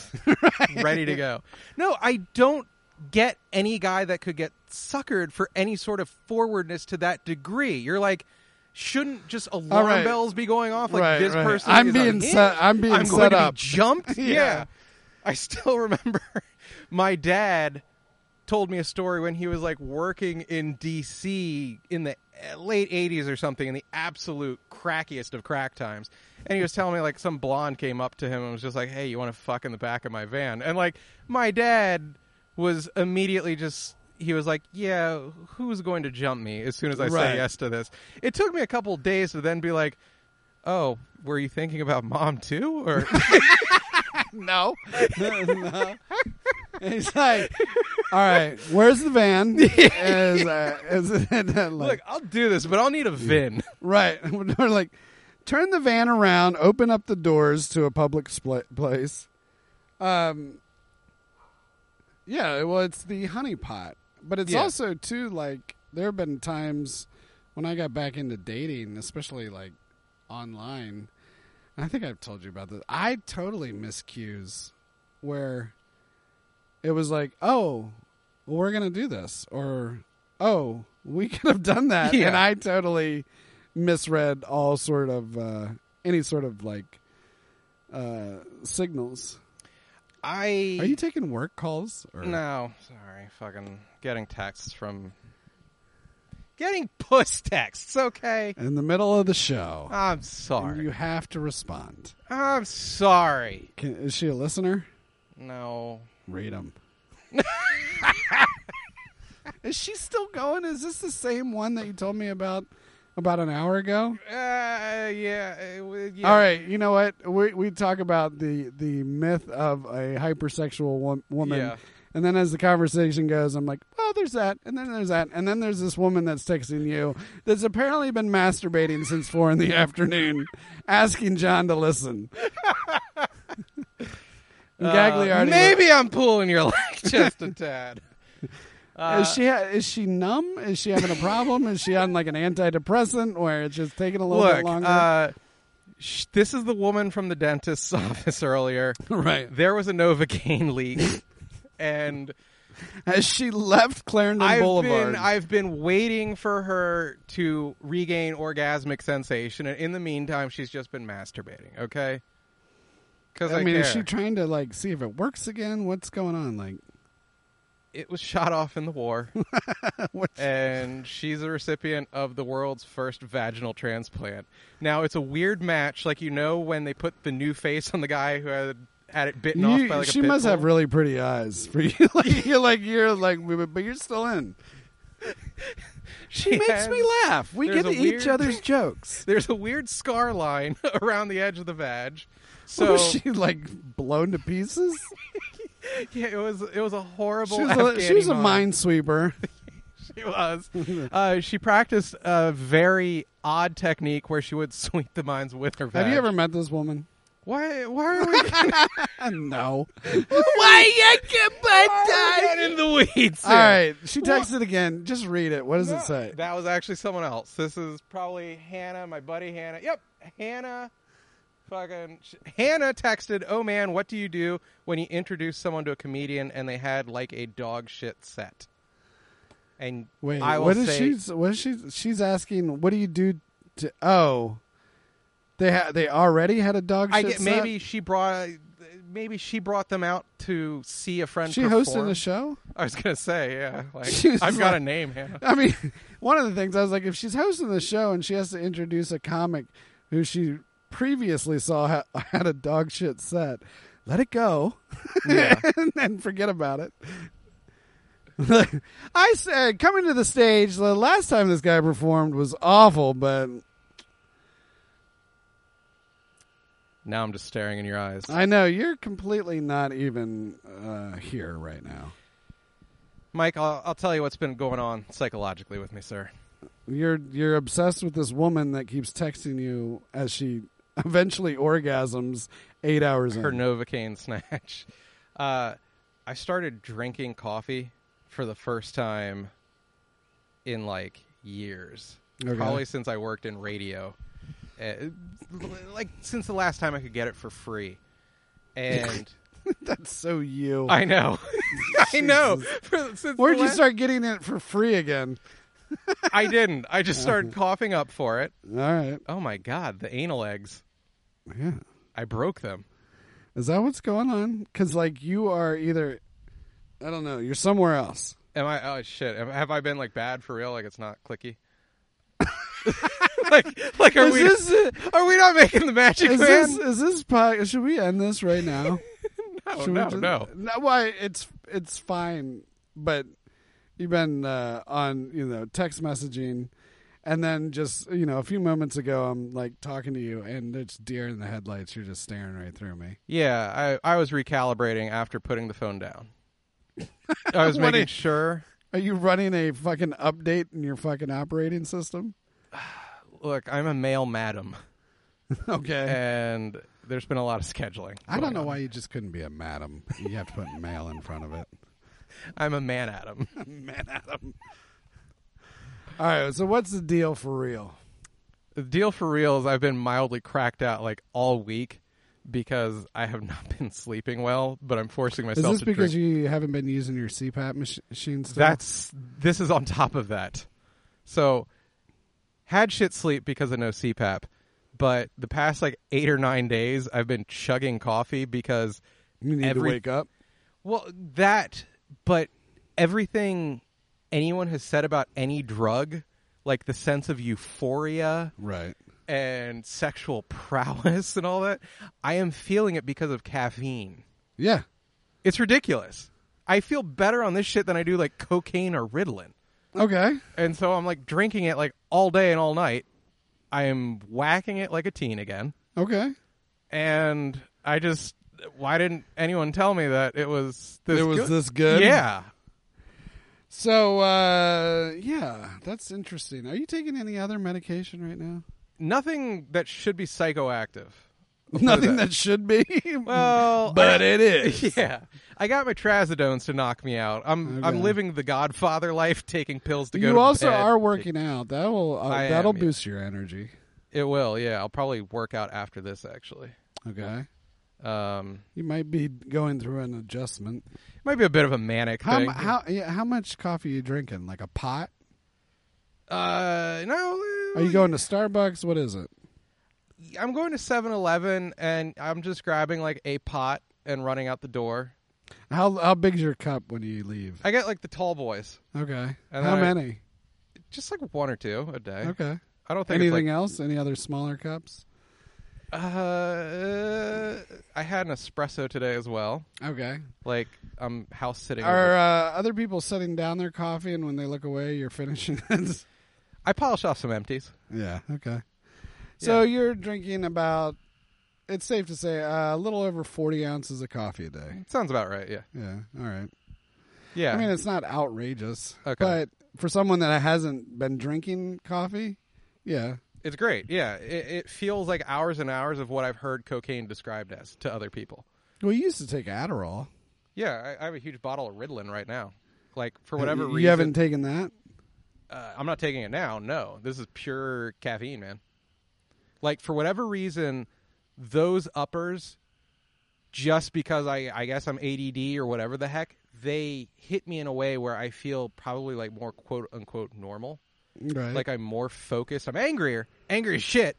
Speaker 1: ready to go. No, I don't get any guy that could get suckered for any sort of forwardness to that degree. You're like, shouldn't just alarm
Speaker 2: right.
Speaker 1: bells be going off? Like
Speaker 2: Right,
Speaker 1: this
Speaker 2: right.
Speaker 1: person,
Speaker 2: I'm
Speaker 1: is
Speaker 2: being
Speaker 1: unhinged.
Speaker 2: set- I'm being
Speaker 1: I'm
Speaker 2: set
Speaker 1: going
Speaker 2: up.
Speaker 1: To be jumped.
Speaker 2: Yeah.
Speaker 1: yeah, I still remember my dad told me a story when he was like working in DC in the late 80s or something in the absolute crackiest of crack times. And he was telling me like some blonde came up to him and was just like, "Hey, you want to fuck in the back of my van?" And like my dad was immediately just he was like, "Yeah, who's going to jump me as soon as I
Speaker 2: Right.
Speaker 1: say yes to this?" It took me a couple days to then be like, "Oh, were you thinking about mom too?" Or
Speaker 2: no. no. He's like, all right, where's the van? Is, uh, is it, like,
Speaker 1: look, I'll do this, but I'll need a VIN.
Speaker 2: right. We're like, turn the van around, open up the doors to a public spl- place. Um, yeah, well, it's the honey pot. But it's
Speaker 1: Yeah.
Speaker 2: also, too, like, there have been times when I got back into dating, especially, like, online. I think I've told you about this. I totally miss cues where it was like, oh, well, we're going to do this. Or, oh, we could have done that.
Speaker 1: Yeah.
Speaker 2: And I totally misread all sort of, uh, any sort of like uh, signals.
Speaker 1: I
Speaker 2: Are you taking work calls? Or?
Speaker 1: No, sorry. Fucking getting texts from getting puss texts. Okay,
Speaker 2: In the middle of the show.
Speaker 1: I'm
Speaker 2: and
Speaker 1: sorry.
Speaker 2: You have to respond.
Speaker 1: I'm sorry.
Speaker 2: Can, is she a listener?
Speaker 1: No,
Speaker 2: Read them. is she still going? Is this the same one that you told me about about an hour ago?
Speaker 1: uh, yeah, uh, w- yeah.
Speaker 2: All right, you know what? We we talk about the the myth of a hypersexual wo- woman.
Speaker 1: Yeah.
Speaker 2: And then as the conversation goes, I'm like, well, there's that, and then there's that, and then there's this woman that's texting you that's apparently been masturbating since four in the afternoon, asking John to listen. And
Speaker 1: Uh,
Speaker 2: Gagliardi,
Speaker 1: maybe I'm pulling your leg just a tad. Uh,
Speaker 2: is she ha- is she numb? Is she having a problem? is she on like an antidepressant where it's just taking a little
Speaker 1: look,
Speaker 2: bit longer?
Speaker 1: uh, sh- this is the woman from the dentist's office earlier.
Speaker 2: right.
Speaker 1: There was a Novocaine leak, and
Speaker 2: Has she left Clarendon
Speaker 1: I've
Speaker 2: Boulevard?
Speaker 1: been I've been waiting for her to regain orgasmic sensation, and in the meantime, she's just been masturbating. Okay, because
Speaker 2: I
Speaker 1: I,
Speaker 2: mean,
Speaker 1: care.
Speaker 2: is she trying to like see if it works again? What's going on? Like,
Speaker 1: it was shot off in the war, and she's a recipient of the world's first vaginal transplant. Now it's a weird match, like you know when they put the new face on the guy who had had it bitten off
Speaker 2: you-
Speaker 1: by like
Speaker 2: she
Speaker 1: a pit
Speaker 2: must
Speaker 1: bull.
Speaker 2: have really pretty eyes for you. like, you're like you're like, but you're still in.
Speaker 1: She has-
Speaker 2: laugh. We
Speaker 1: There's a weird-
Speaker 2: jokes.
Speaker 1: There's a weird scar line around the edge of the vag. So
Speaker 2: So she like blown to pieces.
Speaker 1: Yeah, it was it was a horrible.
Speaker 2: She was a, she
Speaker 1: Afghani
Speaker 2: was a
Speaker 1: mom.
Speaker 2: minesweeper.
Speaker 1: She was. Uh, she practiced a very odd technique where she would sweep the mines with her.
Speaker 2: Have
Speaker 1: vag.
Speaker 2: you ever met this woman?
Speaker 1: Why? Why are we getting,
Speaker 2: Uh, no.
Speaker 1: why are we getting in the weeds?
Speaker 2: All right. She texted again. Just read it. What does
Speaker 1: here?
Speaker 2: it say?
Speaker 1: That was actually someone else. This is probably Hannah, my buddy Hannah. Yep, Hannah Fucking sh- Hannah texted, "Oh man, what do you do when you introduce someone to a comedian and they had like a dog shit set?" And
Speaker 2: Wait,
Speaker 1: I will
Speaker 2: what is
Speaker 1: say,
Speaker 2: she? What is she? She's asking, what do you do to? Oh, they ha- they already had a dog.
Speaker 1: I
Speaker 2: shit
Speaker 1: get
Speaker 2: set?
Speaker 1: maybe she brought maybe she brought them out to see a friend.
Speaker 2: she hosting
Speaker 1: perform.
Speaker 2: the show.
Speaker 1: I was gonna say, yeah, like
Speaker 2: She was
Speaker 1: I've got
Speaker 2: like-
Speaker 1: a name, Hannah.
Speaker 2: I mean, one of the things I was like, if she's hosting the show and she has to introduce a comic who she previously saw ha- had a dog shit set, let it go
Speaker 1: Yeah.
Speaker 2: and then forget about it. I said, coming to the stage, the last time this guy performed was awful, but
Speaker 1: Now I'm just staring in your eyes.
Speaker 2: I know you're completely not even uh, here right now.
Speaker 1: Mike, I'll, I'll tell you what's been going on psychologically with me, sir.
Speaker 2: You're you're obsessed with this woman that keeps texting you as she eventually orgasms eight hours
Speaker 1: Her
Speaker 2: in.
Speaker 1: Novocaine snatch. Uh, I started drinking coffee for the first time in like years.
Speaker 2: Okay.
Speaker 1: Probably since I worked in radio. Uh, like since the last time I could get it for free. And
Speaker 2: That's so you.
Speaker 1: I know. I know. For- since
Speaker 2: Where'd
Speaker 1: the
Speaker 2: you
Speaker 1: last-
Speaker 2: start getting it for free again?
Speaker 1: I didn't. I just started coughing up for it.
Speaker 2: All right.
Speaker 1: Oh my god, the anal eggs.
Speaker 2: Yeah.
Speaker 1: I broke them.
Speaker 2: Is that what's going on? Because like you are either, I don't know, you're somewhere else.
Speaker 1: Am I? Oh shit! Am- Have I been like bad for real? Like it's not clicky. like, like are
Speaker 2: Is
Speaker 1: we?
Speaker 2: this
Speaker 1: are we not making the magic
Speaker 2: is
Speaker 1: man?
Speaker 2: this is this pod, Should we end this right now?
Speaker 1: no,
Speaker 2: Should we
Speaker 1: Oh, no,
Speaker 2: just-
Speaker 1: no.
Speaker 2: Why it's it's fine, but you've been uh, on you know text messaging, and then just you know a few moments ago I'm like talking to you, and it's deer in the headlights. You're just staring right through me.
Speaker 1: Yeah, I I was recalibrating after putting the phone down. I was
Speaker 2: What
Speaker 1: making
Speaker 2: a-
Speaker 1: sure.
Speaker 2: Are you running a fucking update in your fucking operating system?
Speaker 1: Look, I'm a male madam,
Speaker 2: Okay.
Speaker 1: and there's been a lot of scheduling.
Speaker 2: I
Speaker 1: going
Speaker 2: don't know
Speaker 1: on.
Speaker 2: why you just couldn't be a madam. You have to put male in front of it.
Speaker 1: I'm a man adam.
Speaker 2: Man, Adam. All right. So what's the deal for real?
Speaker 1: the deal for real is I've been mildly cracked out like all week because I have not been sleeping well, but I'm forcing
Speaker 2: Is
Speaker 1: myself
Speaker 2: this
Speaker 1: to
Speaker 2: because
Speaker 1: drink.
Speaker 2: you haven't been using your CPAP mach- machine still?
Speaker 1: That's this is on top of that. So had shit sleep because of no CPAP, but the past like eight or nine days I've been chugging coffee because
Speaker 2: you need
Speaker 1: every-
Speaker 2: to wake up.
Speaker 1: well that but everything anyone has said about any drug, like the sense of euphoria
Speaker 2: Right.
Speaker 1: and sexual prowess and all that, I am feeling it because of caffeine.
Speaker 2: Yeah.
Speaker 1: It's ridiculous. I feel better on this shit than I do like cocaine or Ritalin.
Speaker 2: Okay.
Speaker 1: And so I'm like drinking it like all day and all night. I am whacking it like a teen again.
Speaker 2: Okay.
Speaker 1: And I just why didn't anyone tell me that it was this
Speaker 2: It was
Speaker 1: good?
Speaker 2: this good?
Speaker 1: Yeah.
Speaker 2: So uh yeah, that's interesting. Are you taking any other medication right now?
Speaker 1: Nothing that should be psychoactive.
Speaker 2: Nothing that should be.
Speaker 1: Well,
Speaker 2: but it is.
Speaker 1: yeah. I got my trazodones to knock me out. I'm
Speaker 2: Okay.
Speaker 1: I'm living the Godfather life, taking pills to go.
Speaker 2: you
Speaker 1: to
Speaker 2: also
Speaker 1: bed.
Speaker 2: are working out. That will uh,
Speaker 1: I
Speaker 2: that'll
Speaker 1: am, yeah.
Speaker 2: boost your energy.
Speaker 1: It will, yeah. I'll probably work out after this, actually.
Speaker 2: Okay.
Speaker 1: Um,
Speaker 2: You might be going through an adjustment.
Speaker 1: might be a bit of a manic
Speaker 2: How
Speaker 1: thing.
Speaker 2: mu- how yeah, how much coffee are you drinking? Like a pot?
Speaker 1: Uh, no.
Speaker 2: Are you going to Starbucks? What is it?
Speaker 1: I'm going to 7-Eleven, and I'm just grabbing like a pot and running out the door.
Speaker 2: How how big's your cup when you leave?
Speaker 1: I get like the tall boys,
Speaker 2: Okay.
Speaker 1: And
Speaker 2: how
Speaker 1: then I-
Speaker 2: many?
Speaker 1: just like one or two a day.
Speaker 2: Okay.
Speaker 1: I don't think it's,
Speaker 2: Anything else? Any other smaller cups?
Speaker 1: like, uh, I had an espresso today as well.
Speaker 2: Okay.
Speaker 1: Like I'm house sitting. over-
Speaker 2: Are uh, other people setting down their coffee and when they look away, you're finishing it?
Speaker 1: I polish off some empties.
Speaker 2: yeah. Okay. So
Speaker 1: Yeah.
Speaker 2: you're drinking about, it's safe to say, uh, a little over 40 ounces of coffee a day.
Speaker 1: Sounds about right. Yeah.
Speaker 2: Yeah. All right.
Speaker 1: Yeah.
Speaker 2: I mean, it's not outrageous.
Speaker 1: Okay.
Speaker 2: But for someone that hasn't been drinking coffee, yeah.
Speaker 1: it's great. Yeah. It, it feels like hours and hours of what I've heard cocaine described as to other people.
Speaker 2: Well, you used to take Adderall.
Speaker 1: Yeah. I, I have a huge bottle of Ritalin right now. Like for whatever
Speaker 2: you,
Speaker 1: reason,
Speaker 2: You haven't taken that?
Speaker 1: uh, I'm not taking it now. No, this is pure caffeine, man. Like for whatever reason, those uppers just because I, I guess I'm ADD or whatever the heck, they hit me in a way where I feel probably like more quote unquote normal.
Speaker 2: Right.
Speaker 1: Like I'm more focused. I'm angrier, angry as shit.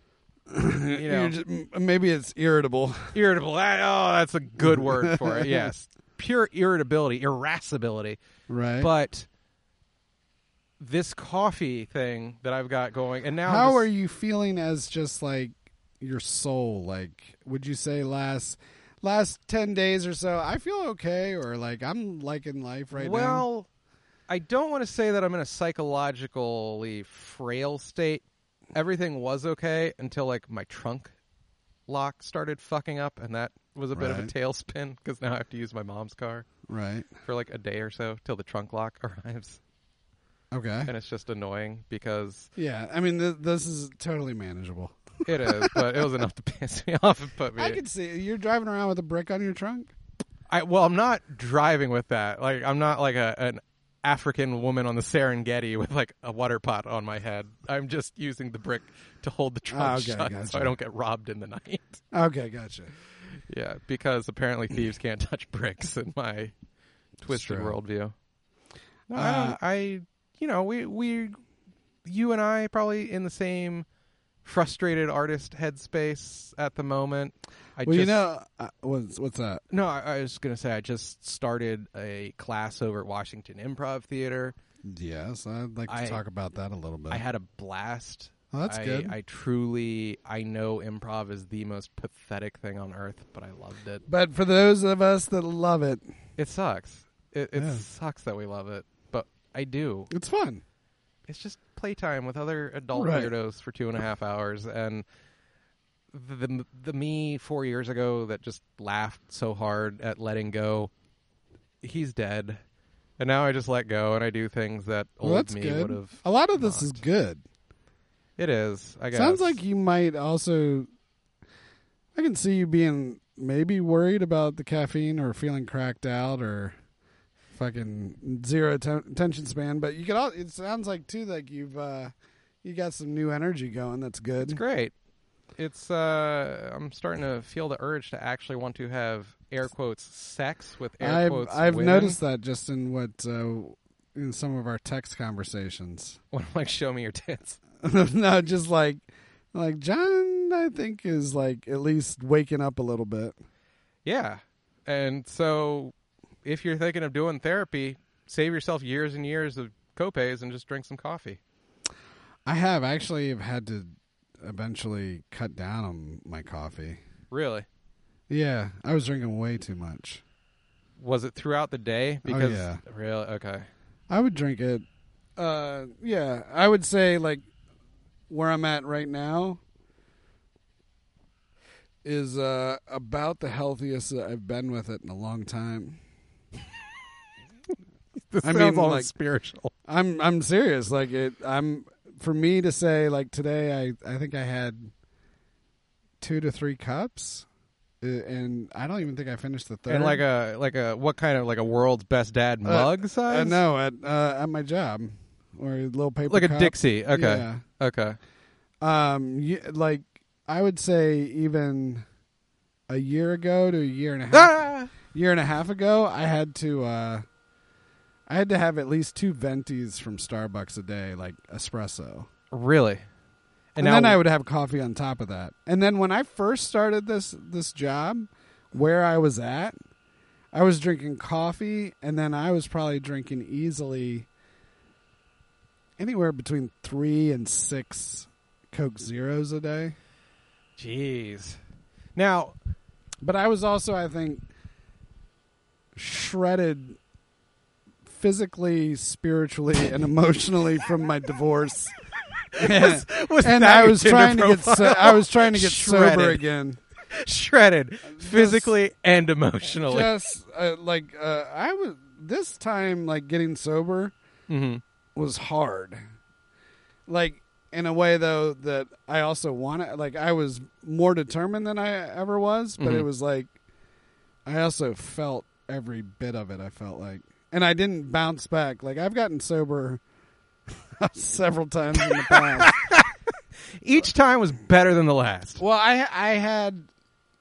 Speaker 1: You know,
Speaker 2: You're just- m- maybe it's irritable.
Speaker 1: irritable. That- oh, that's a good word for it. Yes, pure irritability, irascibility.
Speaker 2: Right.
Speaker 1: But this coffee thing that I've got going, and now I'm
Speaker 2: how
Speaker 1: just-
Speaker 2: are you feeling as just like your soul? Like, would you say last last ten days or so? I feel okay, or like I'm liking life right now.
Speaker 1: well, I don't want to say that I'm in a psychologically frail state. Everything was okay until like my trunk lock started fucking up, and that was a bit of a
Speaker 2: Right.
Speaker 1: tailspin because now I have to use my mom's car
Speaker 2: Right.
Speaker 1: for like a day or so till the trunk lock arrives,
Speaker 2: Okay.
Speaker 1: and it's just annoying because
Speaker 2: Yeah. I mean, th- this is totally manageable.
Speaker 1: it is, but it was enough to piss me off and put me.
Speaker 2: I could see you're driving around with a brick on your trunk.
Speaker 1: I well, I'm not driving with that. Like I'm not like a an African woman on the Serengeti with like a water pot on my head. I'm just using the brick to hold the trunk
Speaker 2: Okay,
Speaker 1: shut so
Speaker 2: gotcha.
Speaker 1: I don't get robbed in the night.
Speaker 2: Okay, gotcha.
Speaker 1: yeah, because apparently thieves can't touch bricks in my twisted
Speaker 2: true.
Speaker 1: worldview. No, I, don't, I you know we we you and I probably in the same frustrated artist headspace at the moment. I
Speaker 2: well, you
Speaker 1: just-
Speaker 2: know, uh, what's what's that?
Speaker 1: No, I, I was going to say I just started a class over at Washington Improv Theater.
Speaker 2: Yes, I'd like to
Speaker 1: I-
Speaker 2: talk about that a little bit.
Speaker 1: I had a blast.
Speaker 2: Oh, that's
Speaker 1: I,
Speaker 2: good.
Speaker 1: I truly, I know improv is the most pathetic thing on earth, but I loved it.
Speaker 2: but for those of us that love it,
Speaker 1: It sucks. It, it
Speaker 2: Yeah.
Speaker 1: sucks that we love it, but I do.
Speaker 2: it's fun.
Speaker 1: It's just playtime with other adult
Speaker 2: Right.
Speaker 1: weirdos for two and a half hours, and the, the the me four years ago that just laughed so hard at letting go. He's dead, and now I just let go and I do things that
Speaker 2: Well,
Speaker 1: old
Speaker 2: that's
Speaker 1: me would
Speaker 2: good.
Speaker 1: have.
Speaker 2: A lot of this is
Speaker 1: not.
Speaker 2: good.
Speaker 1: It is. I guess
Speaker 2: Sounds like you might also. I can see you being maybe worried about the caffeine or feeling cracked out or fucking zero ten- attention span. But you could. All, it sounds like too like you've uh, you got some new energy going. That's good.
Speaker 1: it's great. It's uh I'm starting to feel the urge to actually want to have air quotes sex with air
Speaker 2: I've
Speaker 1: quotes.
Speaker 2: I've
Speaker 1: women.
Speaker 2: noticed that just in what uh, in some of our text conversations.
Speaker 1: when I'm like show me your tits.
Speaker 2: no, just like like John, I think is like at least waking up a little bit.
Speaker 1: Yeah. And so if you're thinking of doing therapy, save yourself years and years of copays and just drink some coffee.
Speaker 2: I have actually have had to eventually cut down on my coffee.
Speaker 1: Really?
Speaker 2: Yeah, I was drinking way too much.
Speaker 1: Was it throughout the day?
Speaker 2: Oh,
Speaker 1: Because
Speaker 2: yeah.
Speaker 1: really okay.
Speaker 2: I would drink it. Uh, yeah, I would say like where I'm at right now is uh about the healthiest that I've been with it in a long time.
Speaker 1: This
Speaker 2: I mean, sounds almost like-
Speaker 1: spiritual.
Speaker 2: I'm I'm serious. Like it, I'm for me to say like today. I I think I had two to three cups, uh, and I don't even think I finished the third.
Speaker 1: And like a like a what kind of like a world's best dad mug size?
Speaker 2: Uh, no, at uh, at my job or a little paper
Speaker 1: Like a
Speaker 2: cup.
Speaker 1: Dixie. Okay.
Speaker 2: Yeah.
Speaker 1: Okay.
Speaker 2: Um, you, like I would say even a year ago to a year and a half
Speaker 1: Ah!
Speaker 2: year and a half ago, I had to uh, I had to have at least two ventis from Starbucks a day, like espresso.
Speaker 1: Really?
Speaker 2: and, then I would have coffee on top of that. And then when I first started this this job, where I was at, I was drinking coffee, and then I was probably drinking easily anywhere between three and six Coke Zeros a day.
Speaker 1: Jeez. Now,
Speaker 2: But I was also, I think, shredded physically, spiritually, and emotionally from my divorce.
Speaker 1: was that
Speaker 2: and I
Speaker 1: your
Speaker 2: was
Speaker 1: Tinder
Speaker 2: trying to get so-
Speaker 1: profile?
Speaker 2: I was trying to get sober
Speaker 1: Shredded.
Speaker 2: again.
Speaker 1: shredded physically and emotionally.
Speaker 2: Just uh, like uh, I was this time, like getting sober
Speaker 1: hmm
Speaker 2: was hard. Like in a way, though, that I also wanted. Like I was more determined than I ever was, but
Speaker 1: Mhm.
Speaker 2: it was like I also felt every bit of it. I felt like, and I didn't bounce back. Like I've gotten sober several times in the past.
Speaker 1: Each time was better than the last.
Speaker 2: Well, I I had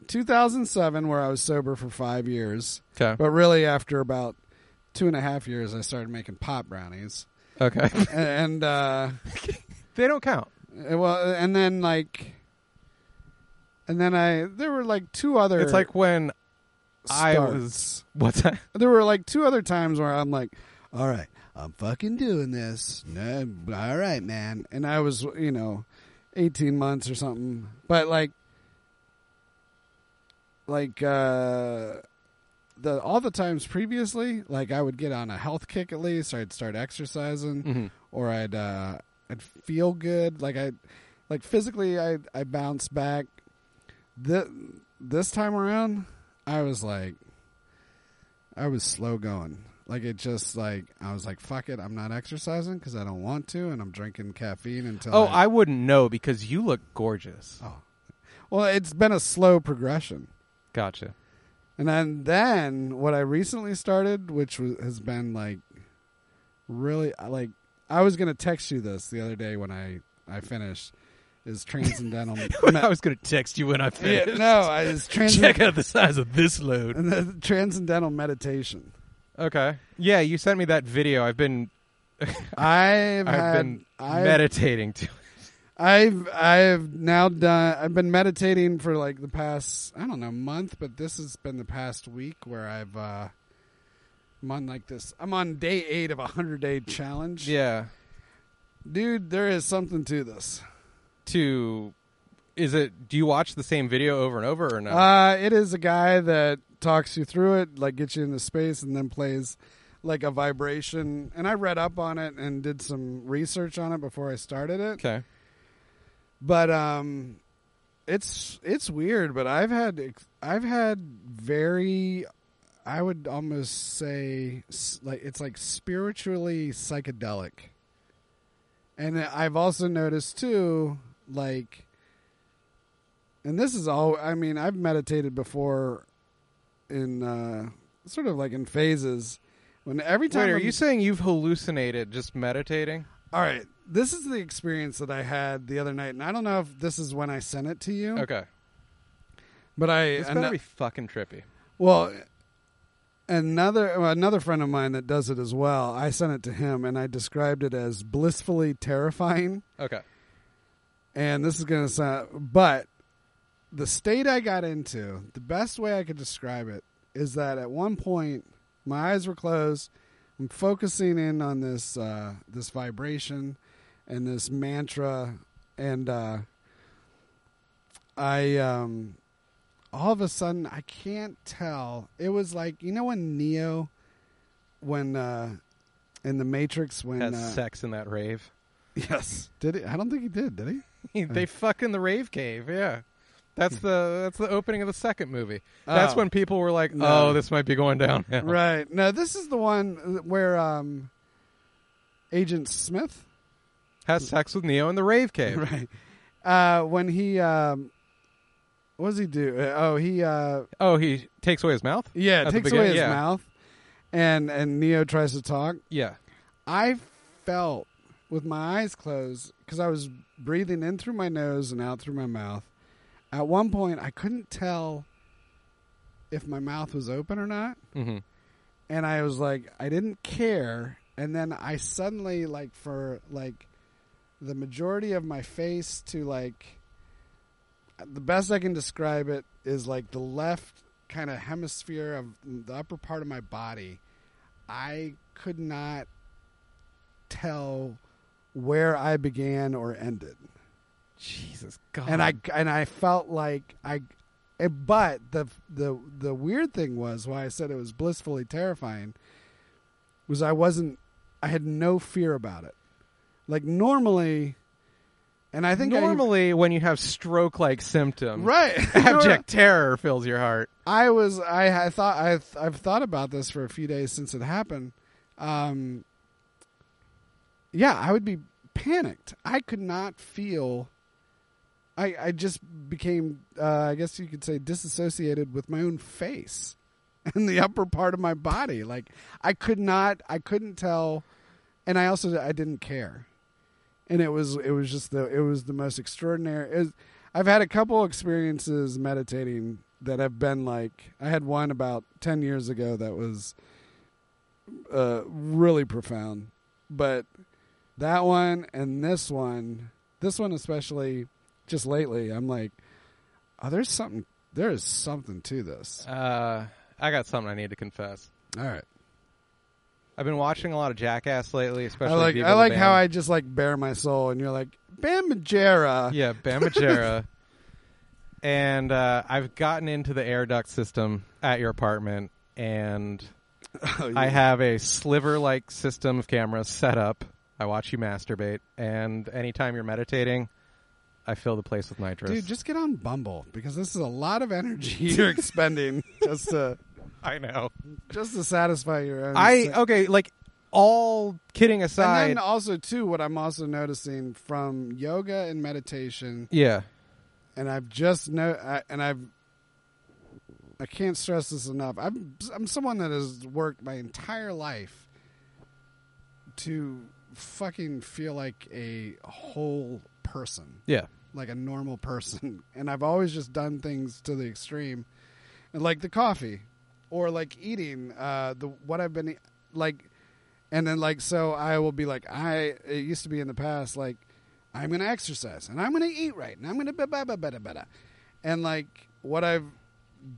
Speaker 2: 2007, where I was sober for five years,
Speaker 1: Okay.
Speaker 2: but really after about two and a half years, I started making pop brownies,
Speaker 1: Okay.
Speaker 2: and uh,
Speaker 1: they don't count.
Speaker 2: well, and then like, and then I there were like two other.
Speaker 1: It's like when I
Speaker 2: starts.
Speaker 1: was what's that?
Speaker 2: there were like two other times where I'm like, all right, I'm fucking doing this. No, all right, man. And I was, you know, 18 months or something. But like, like, uh, the, all the times previously, like I would get on a health kick at least, or I'd start exercising,
Speaker 1: Mhm.
Speaker 2: or I'd, uh, I'd feel good. Like I, like physically, I, I bounce back. The, this time around, I was like, I was slow going. Like it just like I was like, fuck it, I'm not exercising because I don't want to, and I'm drinking caffeine until.
Speaker 1: Oh, I wouldn't know because you look gorgeous.
Speaker 2: Oh. Well, it's been a slow progression,
Speaker 1: Gotcha.
Speaker 2: and then then what I recently started, which was, has been like, really uh, like I was gonna text you this the other day when I I finished is transcendental.
Speaker 1: I was gonna text you when I
Speaker 2: Yeah,
Speaker 1: finished.
Speaker 2: no, I is
Speaker 1: Check
Speaker 2: transcend-
Speaker 1: out the size of this load.
Speaker 2: and the transcendental meditation.
Speaker 1: Okay. Yeah, you sent me that video. I've been I've
Speaker 2: I've, had,
Speaker 1: been
Speaker 2: I've
Speaker 1: meditating to.
Speaker 2: I've I've now done I've been meditating for like the past I don't know month, but this has been the past week where I've uh I'm on like this I'm on day eight of a hundred day challenge.
Speaker 1: Yeah.
Speaker 2: Dude, there is something to this.
Speaker 1: To is it do you watch the same video over and over or no?
Speaker 2: Uh it is a guy that talks you through it, like gets you into space and then plays like a vibration and I read up on it and did some research on it before I started it.
Speaker 1: okay.
Speaker 2: but um it's it's weird but i've had i've had very i would almost say s- like it's like spiritually psychedelic and i've also noticed too like and this is all i mean i've meditated before in uh sort of like in phases when every time
Speaker 1: Wait, are
Speaker 2: I'm-
Speaker 1: you saying you've hallucinated just meditating?
Speaker 2: all right this is the experience that i had the other night and i don't know if this is when i sent it to you
Speaker 1: Okay.
Speaker 2: But I
Speaker 1: This
Speaker 2: ano-
Speaker 1: better be fucking trippy.
Speaker 2: well, another well, another friend of mine that does it as well. I sent it to him, and I described it as blissfully terrifying.
Speaker 1: Okay.
Speaker 2: And this is gonna sound, but the state I got into, the best way I could describe it is that at one point my eyes were closed. I'm focusing in on this uh, this vibration and this mantra, and uh, I um, all of a sudden I can't tell. It was like you know when Neo, when uh, in the Matrix, when
Speaker 1: Has
Speaker 2: uh,
Speaker 1: sex in that rave.
Speaker 2: yes, did he? I don't think he did. Did he?
Speaker 1: they fuck in the rave cave. Yeah, that's the that's the opening of the second movie. That's
Speaker 2: Oh.
Speaker 1: when people were like,
Speaker 2: No.
Speaker 1: "Oh, this might be going downhill."
Speaker 2: Right. No, this is the one where um, Agent Smith,
Speaker 1: Has sex with Neo in the rave cave.
Speaker 2: right? Uh, when he, um, what does he do? Uh, oh, he, uh,
Speaker 1: Oh, he takes away his mouth.
Speaker 2: yeah,
Speaker 1: At the
Speaker 2: takes away
Speaker 1: beginning,
Speaker 2: his
Speaker 1: yeah.
Speaker 2: mouth, and and Neo tries to talk.
Speaker 1: Yeah.
Speaker 2: I felt with my eyes closed because I was breathing in through my nose and out through my mouth. At one point, I couldn't tell if my mouth was open or not.
Speaker 1: Mm-hmm.
Speaker 2: and I was like, I didn't care. And then I suddenly, like, for like the majority of my face to like the best I can describe it is like the left kind of hemisphere of the upper part of my body. I could not tell where I began or ended
Speaker 1: Jesus God.
Speaker 2: and I and I felt like I, eh, but the the the weird thing was why I said it was blissfully terrifying, was I wasn't I had no fear about it, like normally, and I think I-
Speaker 1: normally when you have stroke-like symptoms,
Speaker 2: right
Speaker 1: abject terror fills your heart.
Speaker 2: I was I, I thought I I've thought about this for a few days since it happened. Um, yeah, I would be panicked. I could not feel. I I just became uh, I guess you could say disassociated with my own face and the upper part of my body. Like I could not I couldn't tell, and I also I didn't care and it was it was just the it was the most extraordinary. It was, I've had a couple experiences meditating that have been like I had one about 10 years ago that was uh really profound. But that one and this one, this one especially just lately, I'm like oh there's something there is something to this.
Speaker 1: Uh, I got something I need to confess.
Speaker 2: All right.
Speaker 1: I've been watching a lot of Jackass lately, especially
Speaker 2: I like
Speaker 1: Viva
Speaker 2: I
Speaker 1: La
Speaker 2: like how
Speaker 1: Bam.
Speaker 2: I just like bare my soul and you're like Bam Majera.
Speaker 1: yeah, Bam Majera. and uh, I've gotten into the air duct system at your apartment, and
Speaker 2: Oh,
Speaker 1: I
Speaker 2: yeah.
Speaker 1: have a sliver-like system of cameras set up. I watch you masturbate, and anytime you're meditating, I fill the place with nitrous.
Speaker 2: Dude, just get on Bumble because this is a lot of energy you're expending just to
Speaker 1: I know.
Speaker 2: just to satisfy your own.
Speaker 1: I
Speaker 2: se-
Speaker 1: okay, like all kidding
Speaker 2: and
Speaker 1: aside.
Speaker 2: then also too, what I'm also noticing from yoga and meditation,
Speaker 1: yeah,
Speaker 2: and I've just no, I, and I've I can't stress this enough. I'm I'm someone that has worked my entire life to fucking feel like a whole person.
Speaker 1: yeah,
Speaker 2: like a normal person and i've always just done things to the extreme and like the coffee or like eating uh the what i've been e- like and then like so i will be like i it used to be in the past like i'm gonna exercise and i'm gonna eat right and i'm gonna ba ba ba ba da ba da and like what i've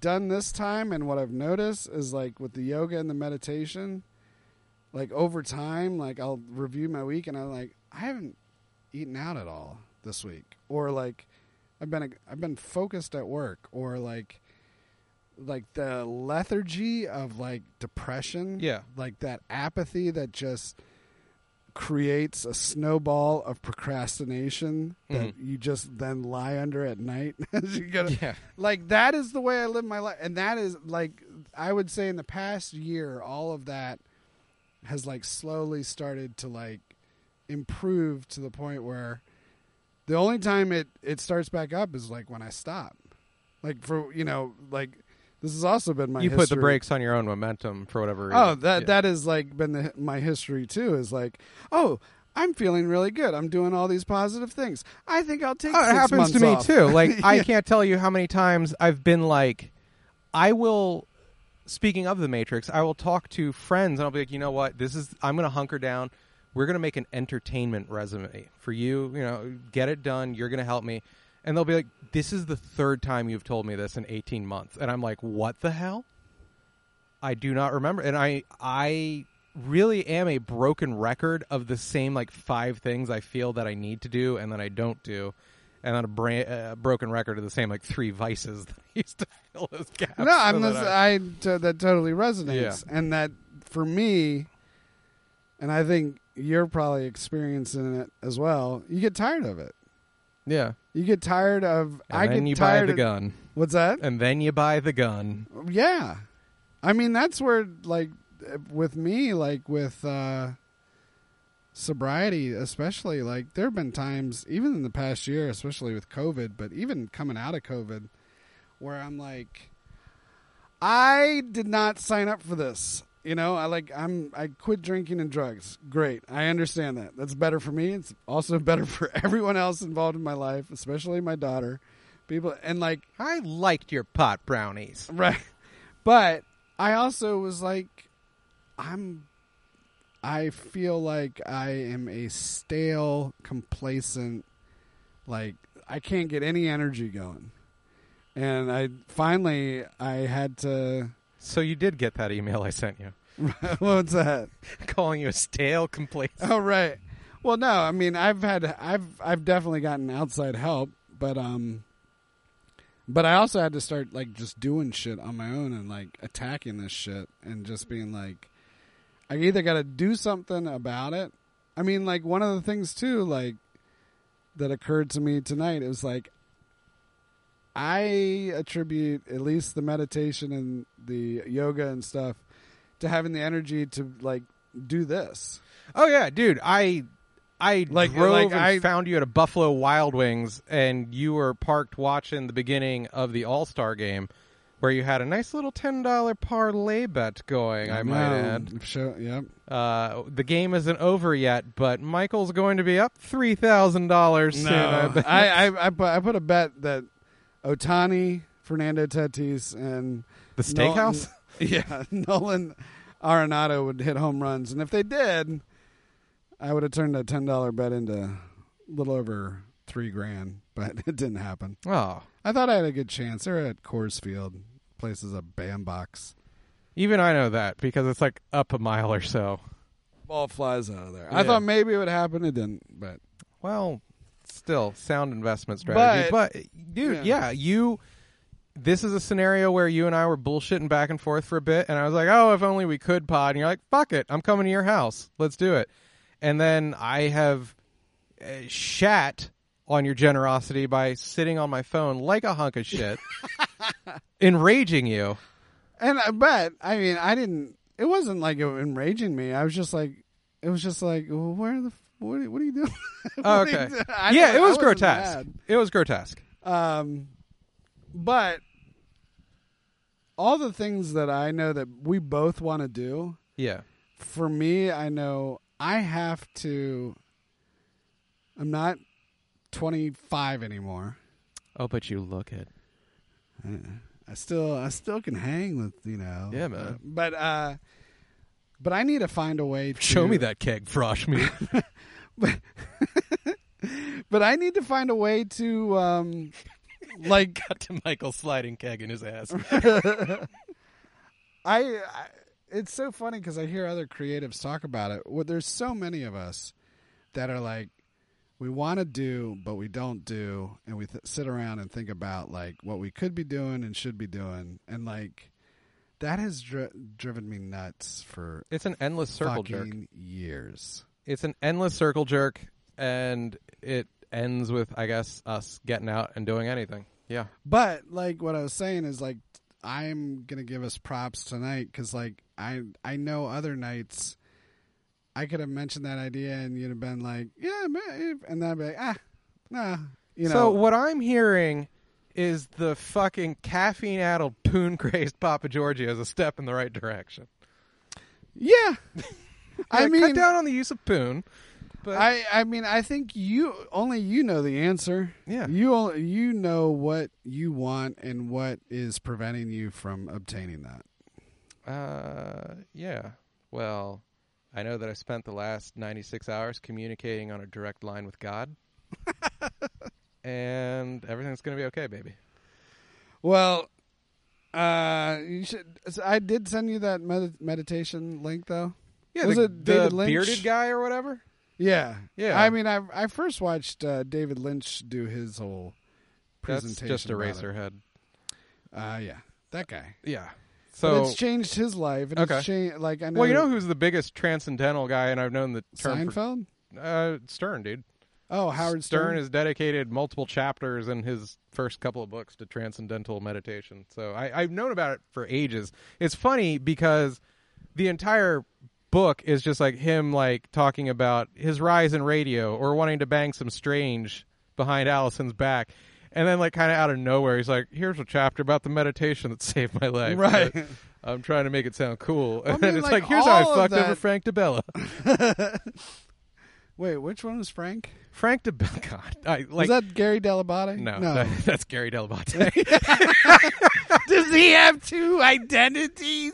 Speaker 2: done this time and what i've noticed is like with the yoga and the meditation like over time like i'll review my week and i'm like i haven't eaten out at all this week or like i've been i've been focused at work or like like the lethargy of like depression
Speaker 1: Yeah.
Speaker 2: like that apathy that just creates a snowball of procrastination that you just then lie under at night as you get
Speaker 1: yeah.
Speaker 2: like that is the way I live my life, and that is like I would say in the past year, all of that has like slowly started to like improve to the point where the only time it it starts back up is like when I stop, like for you know like this has also been my
Speaker 1: you put the
Speaker 2: history.
Speaker 1: brakes on your own momentum for whatever reason.
Speaker 2: Oh, that
Speaker 1: Yeah.
Speaker 2: that has like been the, my history too. Is like, oh, I'm feeling really good. I'm doing all these positive things. I think I'll take.
Speaker 1: Oh, it
Speaker 2: six
Speaker 1: happens to
Speaker 2: months
Speaker 1: me
Speaker 2: off.
Speaker 1: too. Like I
Speaker 2: Yeah.
Speaker 1: can't tell you how many times I've been like, I will. Speaking of the Matrix, I will talk to friends and I'll be like, you know what? This is I'm going to hunker down. We're going to make an entertainment resume for you. You know, get it done. You're going to help me. And they'll be like, this is the third time you've told me this in 18 months. And I'm like, what the hell? I do not remember, and I I really am a broken record of the same like five things I feel that I need to do and that I don't do, and then a bra- uh, broken record of the same like three vices that I used to fill those gaps.
Speaker 2: No, I'm uh,
Speaker 1: so that
Speaker 2: lis-
Speaker 1: I-
Speaker 2: I to- that totally resonates, and that for me, and I think you're probably experiencing it as well. You get tired of it.
Speaker 1: yeah.
Speaker 2: You get tired of.
Speaker 1: And
Speaker 2: I
Speaker 1: then
Speaker 2: get
Speaker 1: you buy
Speaker 2: tired
Speaker 1: the
Speaker 2: of-
Speaker 1: gun,
Speaker 2: What's that?
Speaker 1: and then you buy the gun.
Speaker 2: Yeah, I mean that's where like with me, like with uh sobriety, especially like there have been times, even in the past year, especially with COVID, but even coming out of COVID, where I'm like, I did not sign up for this. You know, I like I'm I quit drinking and drugs. Great. I understand that. That's better for me. It's also better for everyone else involved in my life, especially my daughter. People and like
Speaker 1: I liked your pot brownies.
Speaker 2: Right. But I also was like, I'm. I feel like I am a stale, complacent. Like I can't get any energy going, and I finally I had to.
Speaker 1: So you did get that email I sent you,
Speaker 2: What's that?
Speaker 1: calling you a stale complacent.
Speaker 2: Oh right. Well, no, I mean I've had I've I've definitely gotten outside help, but um but I also had to start like just doing shit on my own and like attacking this shit and just being like I either got to do something about it. I mean like one of the things too like that occurred to me tonight is like I attribute at least the meditation and the yoga and stuff to having the energy to like do this.
Speaker 1: Oh yeah, dude. I I
Speaker 2: Like-
Speaker 1: drove
Speaker 2: like,
Speaker 1: and
Speaker 2: I-
Speaker 1: found you at a Buffalo Wild Wings, and you were parked watching the beginning of the All Star game, where you had a nice little ten dollar parlay bet going. I might
Speaker 2: No.
Speaker 1: add.
Speaker 2: Sure, yep.
Speaker 1: Uh, the game isn't over yet, but Michael's going to be up three thousand dollars soon. I bet.
Speaker 2: I, I, I, put, I put a bet that Otani, Fernando Tatis and
Speaker 1: The steakhouse?
Speaker 2: Nolan, yeah, Nolan Arenado would hit home runs, and if they did, I would have turned a ten dollar bet into a little over three grand, but it didn't happen.
Speaker 1: Oh,
Speaker 2: I thought I had a good chance. They're at Coors Field. Place is a bandbox.
Speaker 1: even I know that because it's like up a mile or so.
Speaker 2: Ball flies out of there.
Speaker 1: Yeah.
Speaker 2: I thought maybe it would happen. It didn't, but
Speaker 1: Well, still sound investment strategy. But,
Speaker 2: But-
Speaker 1: dude, yeah.
Speaker 2: Yeah.
Speaker 1: you. This is a scenario where you and I were bullshitting back and forth for a bit, and I was like, "Oh, if only we could pod." And you're like, "Fuck it, I'm coming to your house. Let's do it." And then I have uh, shat on your generosity by sitting on my phone like a hunk of shit, enraging you.
Speaker 2: And I bet I mean I didn't. It wasn't like it enraging me. I was just like, it was just like, well, where the f- what, are- what are you doing? What
Speaker 1: Oh,
Speaker 2: are you
Speaker 1: okay,
Speaker 2: doing? I
Speaker 1: yeah,
Speaker 2: don't-
Speaker 1: it
Speaker 2: I
Speaker 1: was
Speaker 2: wasn't
Speaker 1: grotesque.
Speaker 2: mad.
Speaker 1: It was grotesque.
Speaker 2: Um, but all the things that I know that we both want to do.
Speaker 1: Yeah,
Speaker 2: For me, I know I have to. I'm not 25 anymore.
Speaker 1: Oh, but you look it.
Speaker 2: I still I still can hang with you know.
Speaker 1: Yeah, man.
Speaker 2: uh, But uh, but I need to find a way. To,
Speaker 1: Show me that keg frosh meat.
Speaker 2: But I need to find a way to um, like
Speaker 1: Cut to Michael sliding keg in his ass.
Speaker 2: I, I. It's so funny because I hear other creatives talk about it. Well, there's so many of us that are like, we want to do, but we don't do, and we th- sit around and think about like what we could be doing and should be doing, and like that has dri- driven me nuts for
Speaker 1: It's an endless circle jerk.
Speaker 2: fucking years.
Speaker 1: It's an endless circle jerk, and it ends with, I guess, us getting out and doing anything. Yeah.
Speaker 2: But like what I was saying is like I'm gonna give us props tonight because like I I know other nights I could have mentioned that idea and you'd have been like yeah man and then I'd be like ah nah you know
Speaker 1: So what I'm hearing is the fucking caffeine-addled, poon-crazed Papa Giorgio is a step in the right direction.
Speaker 2: yeah I
Speaker 1: Yeah,
Speaker 2: mean
Speaker 1: cut down on the use of poon. But
Speaker 2: I I mean I think you only you know the answer
Speaker 1: Yeah.
Speaker 2: you only, you know what you want and what is preventing you from obtaining that
Speaker 1: Uh, yeah. Well, I know that I spent the last 96 hours communicating on a direct line with God. and everything's going to be okay, baby.
Speaker 2: Well, uh, you should. so I did send you that med- meditation link, though.
Speaker 1: Yeah,
Speaker 2: Was
Speaker 1: the,
Speaker 2: it David
Speaker 1: the
Speaker 2: Lynch?
Speaker 1: bearded guy or whatever?
Speaker 2: Yeah,
Speaker 1: Yeah.
Speaker 2: I mean, I I first watched uh, David Lynch do his whole
Speaker 1: That's
Speaker 2: presentation.
Speaker 1: just
Speaker 2: about
Speaker 1: Eraserhead.
Speaker 2: it. Uh, yeah, that guy.
Speaker 1: Yeah. So,
Speaker 2: So it's changed his life. And
Speaker 1: Okay.
Speaker 2: It's changed, like I know.
Speaker 1: well, you know who's the biggest transcendental guy, and I've known the term for-
Speaker 2: Seinfeld.
Speaker 1: uh, Stern, dude.
Speaker 2: oh, Howard
Speaker 1: Stern,
Speaker 2: Stern.
Speaker 1: has dedicated multiple chapters in his first couple of books to transcendental meditation. So I, I've known about it for ages. It's funny because the entire book is just like him like talking about his rise in radio or wanting to bang some strange behind Allison's back. And then like kind of out of nowhere, he's like, here's a chapter about the meditation that saved my life.
Speaker 2: Right.
Speaker 1: But I'm trying to make it sound cool.
Speaker 2: I
Speaker 1: And
Speaker 2: mean,
Speaker 1: it's like,
Speaker 2: like,
Speaker 1: here's how I
Speaker 2: all of
Speaker 1: fucked over
Speaker 2: that-
Speaker 1: Frank DeBella.
Speaker 2: Wait, which one was Frank?
Speaker 1: Frank DeBella. God. I, like,
Speaker 2: was that Gary Delabate?
Speaker 1: No,
Speaker 2: no.
Speaker 1: that- that's Gary Delabate.
Speaker 2: Does he have two identities?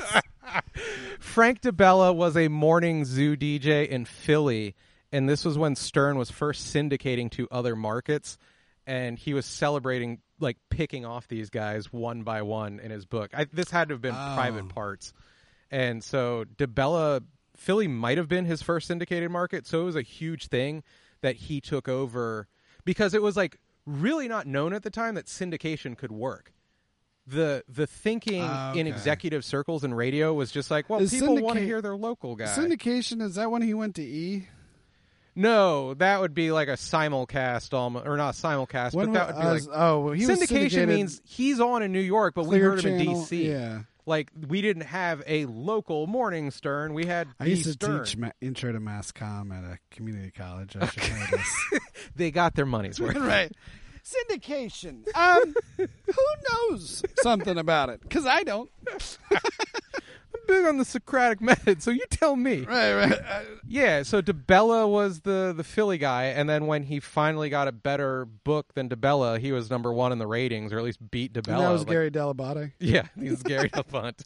Speaker 1: Frank DeBella was a morning zoo DJ in Philly, and this was when Stern was first syndicating to other markets, and he was celebrating like picking off these guys one by one in his book. I, this had to have been
Speaker 2: Oh.
Speaker 1: private parts, and so DeBella Philly might have been his first syndicated market, so it was a huge thing that he took over because it was like really not known at the time that syndication could work. The the thinking
Speaker 2: Ah,
Speaker 1: in
Speaker 2: okay.
Speaker 1: executive circles and radio was just like, well,
Speaker 2: Is
Speaker 1: people want to
Speaker 2: syndicate-
Speaker 1: hear their local guy.
Speaker 2: Syndication is that when he went to E?
Speaker 1: no, that would be like a simulcast, almost, or not simulcast, but
Speaker 2: When
Speaker 1: that would be
Speaker 2: wa-
Speaker 1: like
Speaker 2: uh, oh, well, he was
Speaker 1: syndication
Speaker 2: syndicated
Speaker 1: means he's on in New York, but we
Speaker 2: Clear
Speaker 1: heard him in
Speaker 2: Channel,
Speaker 1: D.C.
Speaker 2: Yeah,
Speaker 1: Like we didn't have a local morning stern; we had
Speaker 2: I
Speaker 1: the
Speaker 2: used to
Speaker 1: stern.
Speaker 2: teach ma- intro to mass comm at a community college. I should know this.
Speaker 1: They got their money's worth.
Speaker 2: right. Syndication. Uh, Um, who knows something about it? Because I don't.
Speaker 1: big on the Socratic method, so you tell me.
Speaker 2: Right, right. I-
Speaker 1: Yeah, so DeBella was the the Philly guy, and then when he finally got a better book than DeBella, he was number one in the ratings, or at least beat DeBella.
Speaker 2: and that was
Speaker 1: like-
Speaker 2: Gary Delabate.
Speaker 1: Yeah, he's Gary Delafont.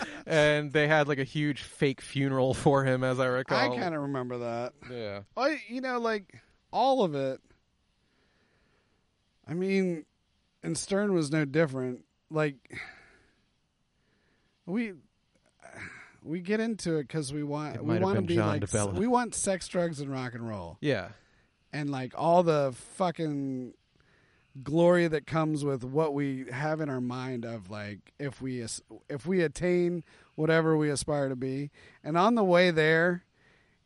Speaker 1: and they had like a huge fake funeral for him, as I recall.
Speaker 2: I kind of remember that.
Speaker 1: yeah.
Speaker 2: I, you know, like all of it. I mean, and Stern was no different. Like we we get into it because we want
Speaker 1: It might
Speaker 2: we
Speaker 1: have
Speaker 2: want to
Speaker 1: been
Speaker 2: be
Speaker 1: John
Speaker 2: like
Speaker 1: DiBella.
Speaker 2: we want sex, drugs, and rock and roll,
Speaker 1: Yeah.
Speaker 2: and like all the fucking glory that comes with what we have in our mind of like if we as- if we attain whatever we aspire to be, and on the way there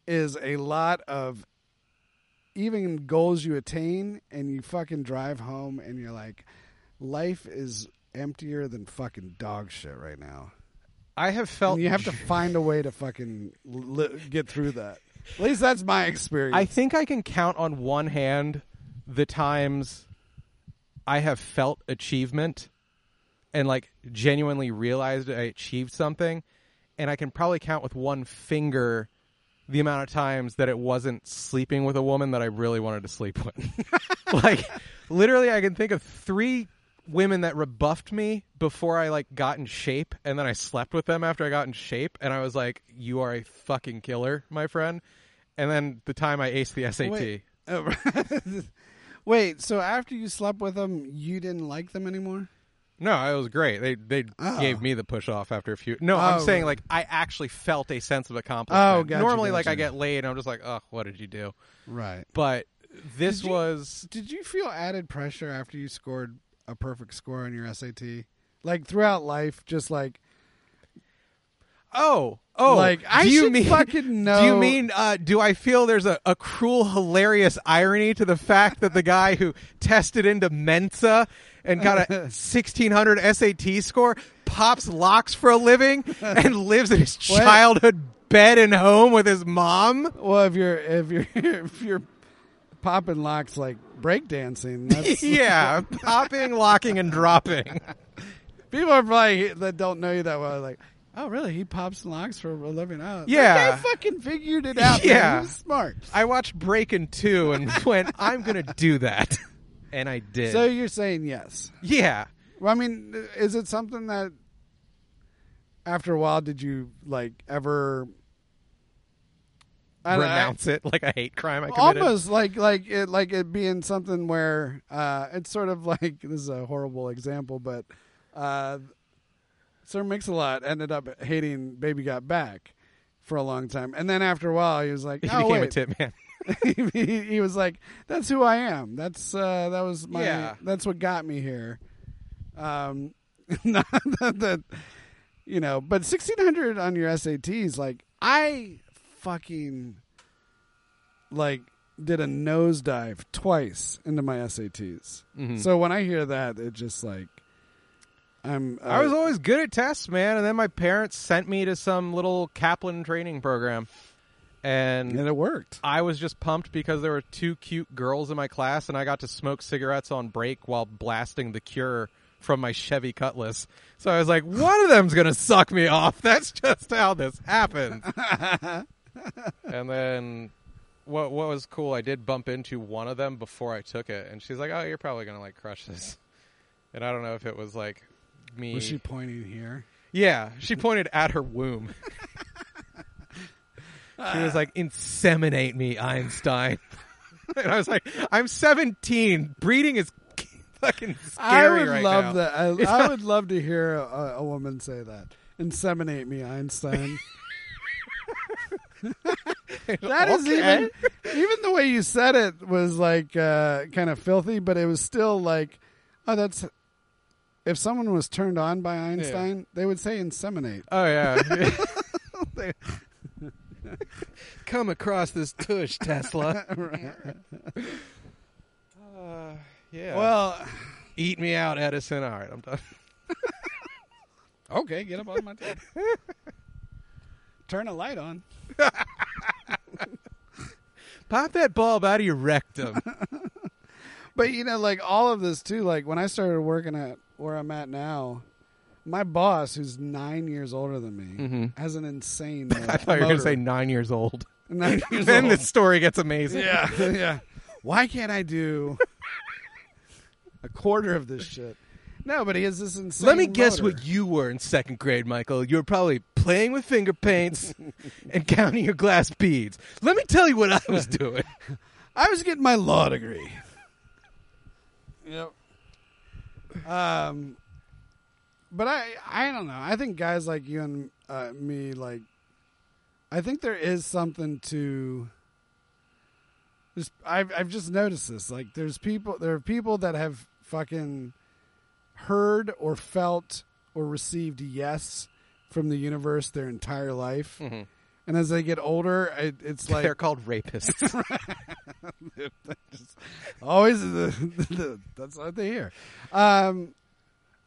Speaker 2: is a lot of even goals you attain and you fucking drive home and you're like life is emptier than fucking dog shit right now
Speaker 1: I have felt
Speaker 2: and you have to find a way to fucking li- get through that at least that's my experience
Speaker 1: I think I can count on one hand the times I have felt achievement and like genuinely realized I achieved something. And I can probably count with one finger the amount of times that it wasn't sleeping with a woman that I really wanted to sleep with. like, literally, I can think of three women that rebuffed me before I like got in shape and then I slept with them after I got in shape and I was like you are a fucking killer my friend and then the time I aced the SAT
Speaker 2: wait, Oh, wait so after you slept with them you didn't like them anymore
Speaker 1: No, it was great. They they
Speaker 2: Oh.
Speaker 1: gave me the push off after a few. No, I'm
Speaker 2: Oh,
Speaker 1: saying like I actually felt a sense of accomplishment.
Speaker 2: Oh, gotcha,
Speaker 1: Normally, like I
Speaker 2: gotcha.
Speaker 1: get laid, and I'm just like, oh, what did you do?
Speaker 2: right
Speaker 1: But this
Speaker 2: Did you-
Speaker 1: was
Speaker 2: did you feel added pressure after you scored a perfect score on your sat like throughout life just like
Speaker 1: oh oh
Speaker 2: like i
Speaker 1: do you
Speaker 2: should
Speaker 1: mean
Speaker 2: fucking know
Speaker 1: do you mean uh, do I feel there's a, a cruel, hilarious irony to the fact that the guy who tested into Mensa and got a 1600 SAT score pops locks for a living and lives in his
Speaker 2: What?
Speaker 1: childhood bed and home with his mom?
Speaker 2: Well, if you're if you're if you're popping locks like breakdancing, that's,
Speaker 1: yeah, popping, locking, and dropping.
Speaker 2: people are probably that don't know you that well. Like, oh, really? He pops locks for a living out.
Speaker 1: Yeah.
Speaker 2: I fucking figured it out.
Speaker 1: Yeah.
Speaker 2: man. He was smart.
Speaker 1: I watched Breaking Two and went, I'm gonna do that, and I did.
Speaker 2: So you're saying yes?
Speaker 1: yeah,
Speaker 2: Well, I mean, is it something that after a while did you like ever? I don't- I-
Speaker 1: renounce it like a hate crime I committed.
Speaker 2: almost like like it like it being something where uh it's sort of like this is a horrible example but uh sir mix-a-lot ended up hating baby got back for a long time and then after a while he was like
Speaker 1: He
Speaker 2: oh,
Speaker 1: became a
Speaker 2: wait.
Speaker 1: tip man.
Speaker 2: he, he was like that's who i am that's uh that was my
Speaker 1: Yeah.
Speaker 2: that's what got me here um not that, that you know but 1600 on your sats like i fucking like did a nosedive twice into my sats
Speaker 1: Mm-hmm.
Speaker 2: so when i hear that it just like i'm uh,
Speaker 1: I was always good at tests, man, and then my parents sent me to some little Kaplan training program, and
Speaker 2: and it worked
Speaker 1: I was just pumped because there were two cute girls in my class, and I got to smoke cigarettes on break while blasting The Cure from my Chevy Cutlass. So I was like, one of them's going to suck me off. That's just how this happens. and then what what was cool, I did bump into one of them before I took it, and she's like, oh, you're probably going to like crush this. And I don't know if it was like me.
Speaker 2: was she pointing here
Speaker 1: Yeah, she pointed at her womb. she was like, "Inseminate me, Einstein." and I was like, "I'm 17. Breeding is fucking
Speaker 2: I
Speaker 1: scary
Speaker 2: would
Speaker 1: right
Speaker 2: love
Speaker 1: now."
Speaker 2: that. I, I would love to hear a, a woman say that. Inseminate me, Einstein. That is even even the way you said it was like uh, kind of filthy, but it was still like, oh, that's if someone was turned on by Einstein, they would say inseminate.
Speaker 1: Oh yeah. Come across this tush, Tesla. uh, yeah.
Speaker 2: Well,
Speaker 1: eat me out, Edison. All right, I'm done.
Speaker 2: okay, get up on my table. Turn a light on.
Speaker 1: Pop that bulb out of your rectum.
Speaker 2: But you know, like all of this too. Like when I started working at where I'm at now, my boss, who's nine years older than me,
Speaker 1: Mhm.
Speaker 2: has an insane.
Speaker 1: I thought you were going to say nine years old.
Speaker 2: nine years
Speaker 1: then
Speaker 2: old.
Speaker 1: the story gets amazing.
Speaker 2: yeah, yeah. Why can't I do a quarter of this shit? No, but he has this insane.
Speaker 1: Let me guess
Speaker 2: motor.
Speaker 1: what you were in second grade, Michael. You were probably playing with finger paints and counting your glass beads. Let me tell you what I was doing.
Speaker 2: I was getting my law degree. Yep. Um, but I I don't know. I think guys like you and uh, me like, I think there is something to. Just I've I've just noticed this. Like, there's people there are people that have fucking heard or felt or received yes from the universe their entire life, and as they get older, it, it's like
Speaker 1: They're called rapists.
Speaker 2: always the, the, that's what they hear um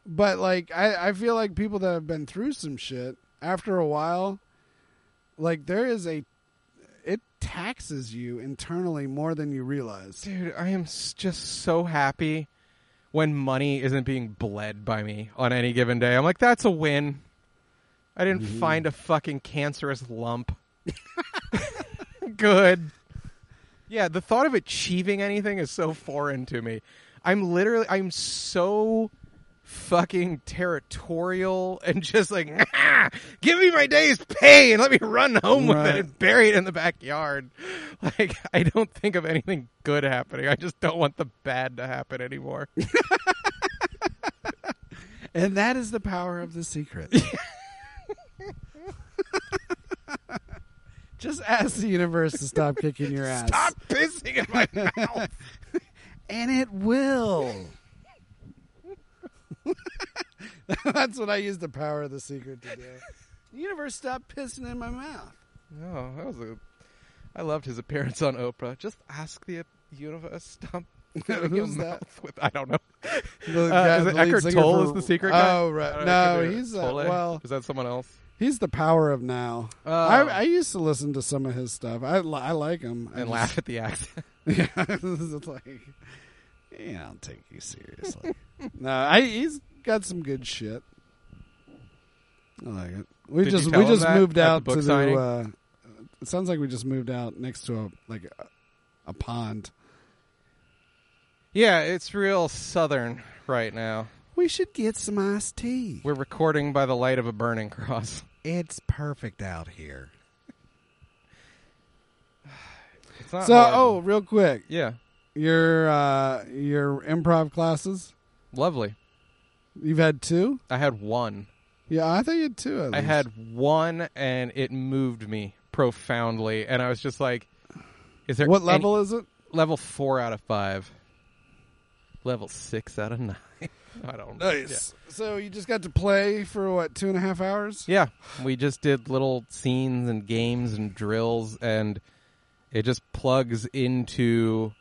Speaker 2: but like i i feel like people that have been through some shit after a while like there is a it taxes you internally more than you realize
Speaker 1: Dude, I am s- just so happy when money isn't being bled by me on any given day. I'm like, that's a win. I didn't
Speaker 2: Mm-hmm.
Speaker 1: find a fucking cancerous lump. Good. Yeah, the thought of achieving anything is so foreign to me. I'm literally, I'm so fucking territorial and just like, "Ah, give me my day's pay and let me run home with
Speaker 2: Right.
Speaker 1: it and bury it in the backyard. Like, I don't think of anything good happening. I just don't want the bad to happen anymore.
Speaker 2: and that is the power of the secret just ask the universe to stop kicking your ass
Speaker 1: Stop pissing in my mouth.
Speaker 2: and it will. That's what I use the power of the secret to do. The universe stopped pissing in my mouth.
Speaker 1: No, Oh, that was a. I loved his appearance on Oprah. Just ask the universe. Stop filling your
Speaker 2: Who's that?
Speaker 1: mouth with. I don't know.
Speaker 2: The
Speaker 1: Uh, is
Speaker 2: the
Speaker 1: it
Speaker 2: lead
Speaker 1: Eckhart
Speaker 2: singer
Speaker 1: Tolle
Speaker 2: for-
Speaker 1: is the secret guy?
Speaker 2: Oh
Speaker 1: I
Speaker 2: right,
Speaker 1: don't know,
Speaker 2: no,
Speaker 1: could it-
Speaker 2: he's uh,
Speaker 1: Tolle?
Speaker 2: well,
Speaker 1: Is that someone else?
Speaker 2: he's the power of now.
Speaker 1: Oh.
Speaker 2: I, I used to listen to some of his stuff. I, li- I like him I
Speaker 1: And
Speaker 2: just-
Speaker 1: laugh at the accent.
Speaker 2: Yeah, it's like, yeah, I'll take you seriously. no, I, he's got some good shit. I like it. We
Speaker 1: Did you
Speaker 2: just
Speaker 1: tell
Speaker 2: we
Speaker 1: him
Speaker 2: just
Speaker 1: that
Speaker 2: moved
Speaker 1: at the
Speaker 2: out
Speaker 1: book
Speaker 2: to
Speaker 1: signing?
Speaker 2: the. Uh, it sounds like we just moved out next to a like a, a pond.
Speaker 1: Yeah, it's real southern right now.
Speaker 2: We should get some iced tea.
Speaker 1: We're recording by the light of a burning cross.
Speaker 2: It's perfect out here.
Speaker 1: It's not
Speaker 2: So, oh,
Speaker 1: horrible.
Speaker 2: real quick,
Speaker 1: yeah,
Speaker 2: your uh, your improv classes.
Speaker 1: lovely.
Speaker 2: You've had two.
Speaker 1: I had one.
Speaker 2: Yeah, I thought you had two. At
Speaker 1: I
Speaker 2: least.
Speaker 1: had one, and it moved me profoundly. And I was just like, "Is there
Speaker 2: What
Speaker 1: any-
Speaker 2: level is it?
Speaker 1: level four out of five. Level six out of nine. I don't know.
Speaker 2: So you just got to play for what two and a half hours?
Speaker 1: Yeah. yeah, we just did little scenes and games and drills, and it just plugs into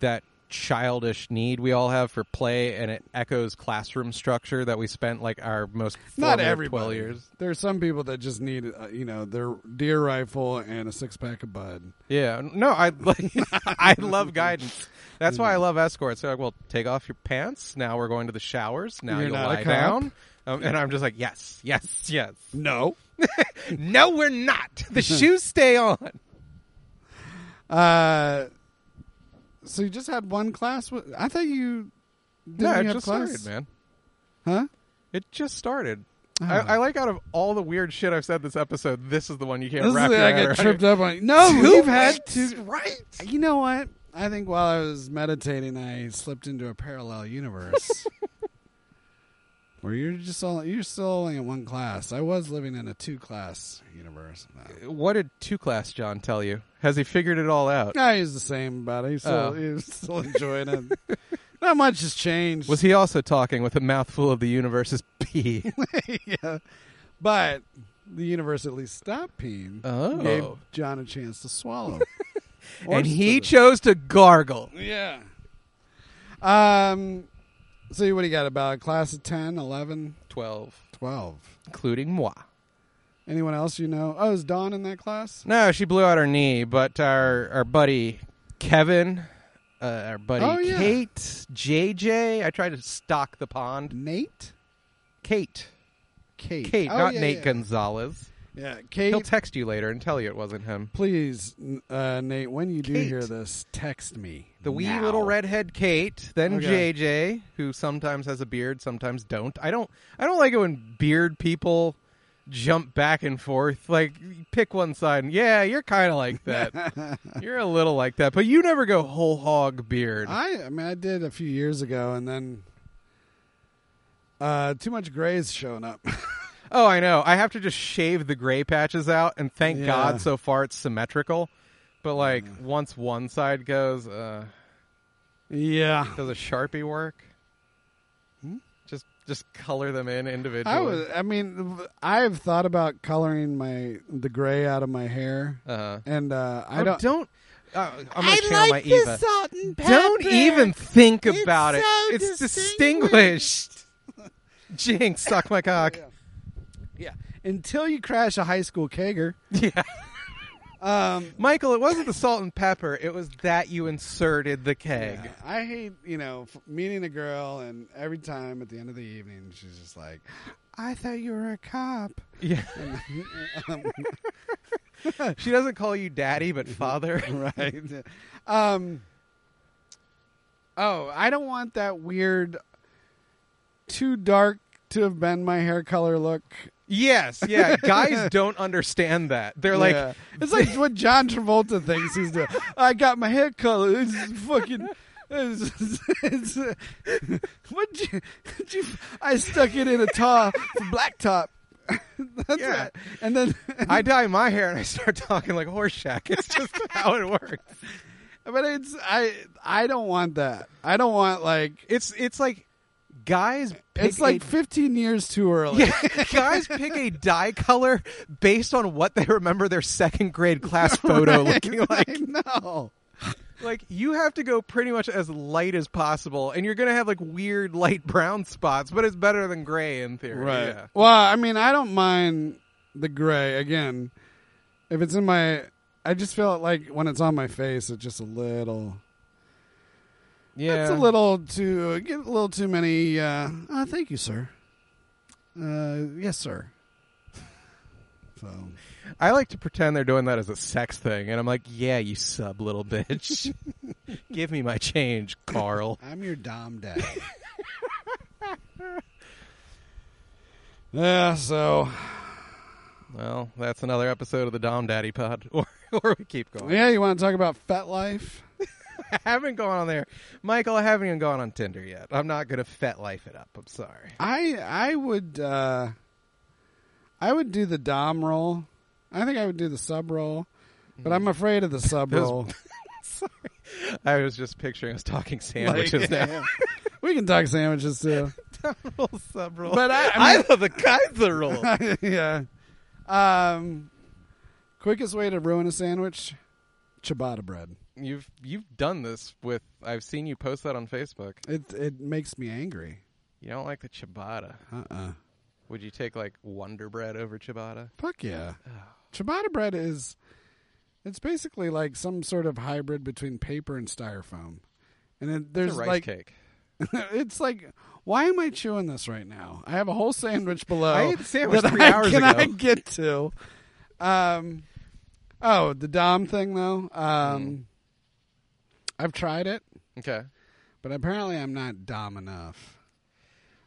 Speaker 1: that childish need we all have for play, and it echoes classroom structure that we spent like our most
Speaker 2: Not
Speaker 1: formative
Speaker 2: everybody.
Speaker 1: twelve years.
Speaker 2: There are some people that just need, uh, you know, their deer rifle and a six pack of bud.
Speaker 1: Yeah, no, I like, I love guidance. That's why I love escorts. They're like, well, take off your pants. Now we're going to the showers. Now
Speaker 2: You're
Speaker 1: you
Speaker 2: not a
Speaker 1: lie
Speaker 2: cop.
Speaker 1: down. Um, and I'm just like, yes, yes, yes.
Speaker 2: No.
Speaker 1: No, we're not. The shoes stay on.
Speaker 2: Uh, so you just had one class. Wh- I thought you. Didn't
Speaker 1: No,
Speaker 2: you
Speaker 1: it
Speaker 2: have
Speaker 1: just
Speaker 2: class?
Speaker 1: started, man.
Speaker 2: Huh?
Speaker 1: It just started.
Speaker 2: Ah.
Speaker 1: I, I like out of all the weird shit I've said this episode, this is the one you can't
Speaker 2: This is
Speaker 1: wrap
Speaker 2: the-
Speaker 1: your
Speaker 2: I
Speaker 1: head
Speaker 2: get
Speaker 1: around.
Speaker 2: tripped up on. No, we've had
Speaker 1: weeks,
Speaker 2: two.
Speaker 1: right.
Speaker 2: You know what? I think while I was meditating, I slipped into a parallel universe. Where you're just all, you're still only in one class. I was living in a two class universe. No.
Speaker 1: What did two class John tell you? Has he figured it all out?
Speaker 2: No, he's the same about it.
Speaker 1: Oh.
Speaker 2: Still, He's still enjoying it. Not much has changed.
Speaker 1: Was he also talking with a mouthful of the universe's pee?
Speaker 2: yeah. But the universe at least stopped peeing.
Speaker 1: Oh.
Speaker 2: Gave John a chance to swallow. Or
Speaker 1: and he
Speaker 2: stood
Speaker 1: chose to gargle.
Speaker 2: it. Yeah. Um, so what do you got about a class of 10, 11,
Speaker 1: 12,
Speaker 2: 12?
Speaker 1: including moi.
Speaker 2: Anyone else you know? Oh, is Dawn in that class?
Speaker 1: No, she blew out her knee, but our, our buddy Kevin, uh, our buddy
Speaker 2: Oh, yeah.
Speaker 1: Kate, JJ, I tried to stock the pond.
Speaker 2: Nate?
Speaker 1: Kate,
Speaker 2: Kate.
Speaker 1: Kate,
Speaker 2: Oh,
Speaker 1: not
Speaker 2: yeah,
Speaker 1: Nate
Speaker 2: yeah.
Speaker 1: Gonzalez.
Speaker 2: Yeah, Kate.
Speaker 1: He'll text you later and tell you it wasn't him.
Speaker 2: please, n- uh, Nate, when you do
Speaker 1: Kate.
Speaker 2: hear this, text me.
Speaker 1: The wee
Speaker 2: now.
Speaker 1: little redhead Kate, then
Speaker 2: Okay.
Speaker 1: JJ, who sometimes has a beard, sometimes don't. I don't I don't like it when beard people jump back and forth. Like pick one side and yeah, you're kinda like that. you're a little like that. But you never go whole hog beard.
Speaker 2: I, I mean, I did a few years ago, and then uh, too much gray's showing up.
Speaker 1: oh, I know. I have to just shave the gray patches out and thank
Speaker 2: Yeah.
Speaker 1: God so far it's symmetrical. But like once one side goes, uh
Speaker 2: yeah,
Speaker 1: Does a sharpie work? Just just color them in individually.
Speaker 2: Hmm? I was. I mean, I've thought about coloring my the gray out of my hair,
Speaker 1: uh,
Speaker 2: and uh, I
Speaker 1: oh,
Speaker 2: don't.
Speaker 1: don't. Uh, I'm gonna channel my Eva.
Speaker 2: salt and
Speaker 1: Don't even think
Speaker 2: It's
Speaker 1: about it.
Speaker 2: so
Speaker 1: it's distinguished. Jinx, suck my cock.
Speaker 2: Yeah, until you crash a high school kegger.
Speaker 1: Yeah.
Speaker 2: Um,
Speaker 1: Michael, it wasn't the salt and pepper. It was that you inserted the keg.
Speaker 2: Yeah, I hate, you know, f- meeting a girl and every time at the end of the evening she's just like, "I thought you were a cop."
Speaker 1: Yeah.
Speaker 2: Um,
Speaker 1: she doesn't call you daddy, but father.
Speaker 2: Mm-hmm. right. Um Oh, I don't want that weird too dark to have been my hair color look.
Speaker 1: yes. Yeah. Guys don't understand that. They're like,
Speaker 2: Yeah. it's like what John Travolta thinks he's doing. I got my hair color. It's fucking. It's, it's, what you, what'd you? I stuck it in a top, black top. That's
Speaker 1: Yeah.
Speaker 2: it. And then,
Speaker 1: I dye my hair and I start talking like Horseshack. It's just how it works.
Speaker 2: but it's I. I don't want that. I don't want like.
Speaker 1: It's it's like guys. Pick
Speaker 2: It's like
Speaker 1: a-
Speaker 2: 15 years too early.
Speaker 1: yeah, guys pick a dye color based on what they remember their second grade class photo looking like.
Speaker 2: I know.
Speaker 1: Like you have to go pretty much as light as possible, and you're gonna have like weird light brown spots, but it's better than gray in theory. Yeah.
Speaker 2: Well, I mean, I don't mind the gray again. If it's in my, I just feel like when it's on my face, it's just a little.
Speaker 1: yeah.
Speaker 2: It's a little too. Get a little too many. Uh, uh, thank you, sir. Uh, yes, sir. So
Speaker 1: I like to pretend they're doing that as a sex thing, and I'm like, yeah, you sub little bitch. Give me my change, Carl.
Speaker 2: I'm your dom dad. Yeah, so
Speaker 1: Well, that's another episode of the Dom Daddy Pod, or or we keep going.
Speaker 2: yeah, you want to talk about fat life?
Speaker 1: I haven't gone on there, Michael. I haven't even gone on Tinder yet. I'm not gonna fet life it up. I'm sorry.
Speaker 2: I I would uh, I would do the dom roll. I think I would do the sub roll, but I'm afraid of the sub
Speaker 1: Hmm. Those
Speaker 2: roll.
Speaker 1: I was just picturing us talking sandwiches now.
Speaker 2: we can talk sandwiches too.
Speaker 1: roll sub roll.
Speaker 2: But I- I mean-
Speaker 1: love the Kaiser roll.
Speaker 2: yeah. Um, quickest way to ruin a sandwich: ciabatta bread.
Speaker 1: you've you've done this with. I've seen you post that on Facebook.
Speaker 2: It it makes me angry.
Speaker 1: You don't like the ciabatta.
Speaker 2: Uh uh
Speaker 1: Would you take like Wonder Bread over ciabatta?
Speaker 2: Fuck yeah. Ciabatta bread is it's basically like some sort of hybrid between paper and styrofoam. And then
Speaker 1: It's
Speaker 2: there's
Speaker 1: a rice
Speaker 2: like
Speaker 1: cake.
Speaker 2: it's like why am I chewing this right now? I have a whole sandwich below.
Speaker 1: I ate a sandwich
Speaker 2: that
Speaker 1: three
Speaker 2: I
Speaker 1: hours
Speaker 2: cannot
Speaker 1: ago.
Speaker 2: get to. Um, oh, the Dom thing though.
Speaker 1: Mm-hmm.
Speaker 2: Um, I've tried it,
Speaker 1: Okay.
Speaker 2: but apparently I'm not Dom enough.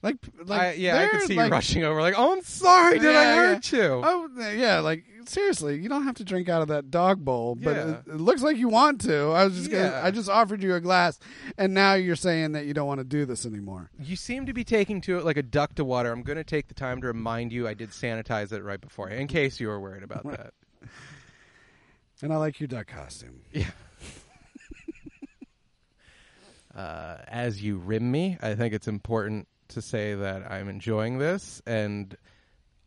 Speaker 2: Like, like
Speaker 1: I, yeah, I could
Speaker 2: there,
Speaker 1: see you
Speaker 2: like-
Speaker 1: rushing over, like, "Oh, I'm sorry, did I
Speaker 2: Yeah,
Speaker 1: hurt you?"
Speaker 2: Oh yeah, like seriously, you don't have to drink out of that dog bowl, but
Speaker 1: Yeah.
Speaker 2: it, it looks like you want to. I was just
Speaker 1: Yeah.
Speaker 2: gonna, I just offered you a glass, and now you're saying that you don't want to do this anymore.
Speaker 1: You seem to be taking to it like a duck to water. I'm going to take the time to remind you I did sanitize it right before, in case you were worried about that.
Speaker 2: And I like your duck costume.
Speaker 1: Yeah. uh, as you rim me, I think it's important to say that I'm enjoying this, and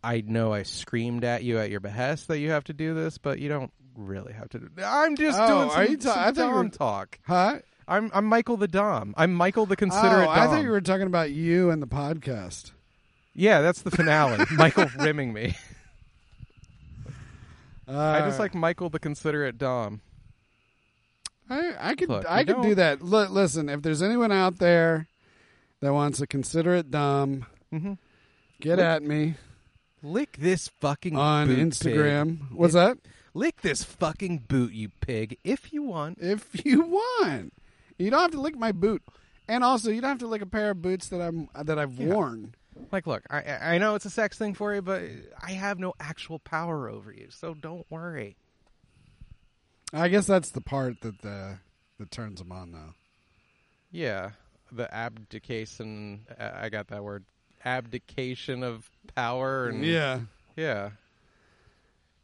Speaker 1: I know I screamed at you at your behest that you have to do this, but you don't really have to. do I'm just
Speaker 2: Oh,
Speaker 1: doing
Speaker 2: are
Speaker 1: some,
Speaker 2: you ta-
Speaker 1: some
Speaker 2: I thought you
Speaker 1: dom
Speaker 2: were-
Speaker 1: talk.
Speaker 2: Huh?
Speaker 1: I'm I'm Michael the Dom. I'm Michael the considerate
Speaker 2: oh,
Speaker 1: Dom.
Speaker 2: I thought you were talking about you and the podcast.
Speaker 1: Yeah, that's the finale. Michael rimming me.
Speaker 2: Uh,
Speaker 1: I just like Michael the considerate Dom.
Speaker 2: Uh, I, I could
Speaker 1: Look,
Speaker 2: I
Speaker 1: you
Speaker 2: could do
Speaker 1: don't-
Speaker 2: that. Look, listen, if there's anyone out there that wants to consider it dumb,
Speaker 1: Mhm.
Speaker 2: get at me.
Speaker 1: Lick this fucking
Speaker 2: on
Speaker 1: boot, pig.
Speaker 2: Instagram. What's that?
Speaker 1: Lick this fucking boot, you pig, if you want.
Speaker 2: If you want, you don't have to lick my boot, and also you don't have to lick a pair of boots that I'm that I've worn.
Speaker 1: Like, look, I- I I know it's a sex thing for you, but I have no actual power over you, so don't worry.
Speaker 2: I guess that's the part that uh, that turns them on, though.
Speaker 1: Yeah, the abdication. uh, I I got that word. Abdication of power and yeah.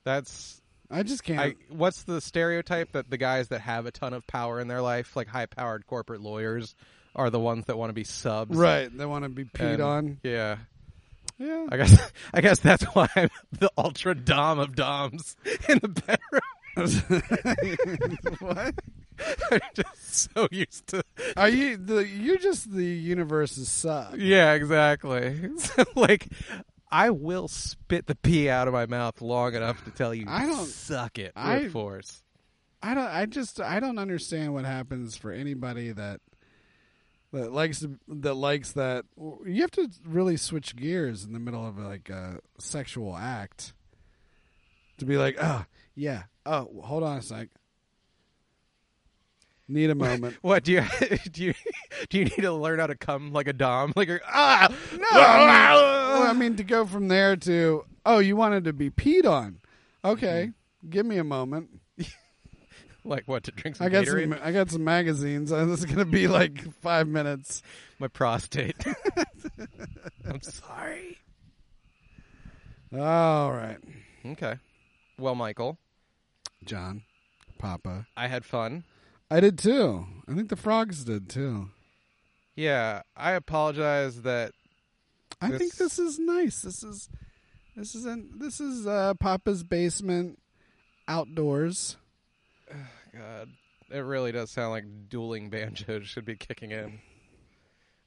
Speaker 1: That's
Speaker 2: I just can't.
Speaker 1: I. What's the stereotype that the guys that have a ton of power in their life, like high-powered corporate lawyers, are the ones that want to be subs?
Speaker 2: right, they want to be peed
Speaker 1: And-
Speaker 2: on.
Speaker 1: Yeah.
Speaker 2: Yeah,
Speaker 1: I guess. I guess that's why I'm the ultra dom of doms in the bedroom.
Speaker 2: what?
Speaker 1: I'm just so used to.
Speaker 2: Are you the? You're just the universe's sub.
Speaker 1: Yeah, exactly. So, like, I will spit the pee out of my mouth long enough to tell you
Speaker 2: I don't-
Speaker 1: suck it with
Speaker 2: I-
Speaker 1: force.
Speaker 2: I don't. I just. I don't understand what happens for anybody that that likes that likes that. You have to really switch gears in the middle of like a sexual act to be like, oh yeah, oh hold on a sec, need a moment.
Speaker 1: What do you do? You do you need to learn how to come like a dom? Like you're, ah no.
Speaker 2: Oh, Well, I mean, to go from there to oh, you wanted to be peed on. Okay, give me a moment.
Speaker 1: Like what to drink some
Speaker 2: I got
Speaker 1: Gatorade?
Speaker 2: some. I got some magazines. This is gonna be like five minutes.
Speaker 1: My prostate. I'm sorry.
Speaker 2: All right,
Speaker 1: Okay. Well, Michael,
Speaker 2: John, Papa.
Speaker 1: I had fun.
Speaker 2: I did too. I think the frogs did too.
Speaker 1: Yeah, I apologize that
Speaker 2: I think
Speaker 1: This-
Speaker 2: this is nice. This is this is in, this is uh, Papa's basement outdoors.
Speaker 1: God, it really does sound like dueling banjos should be kicking in.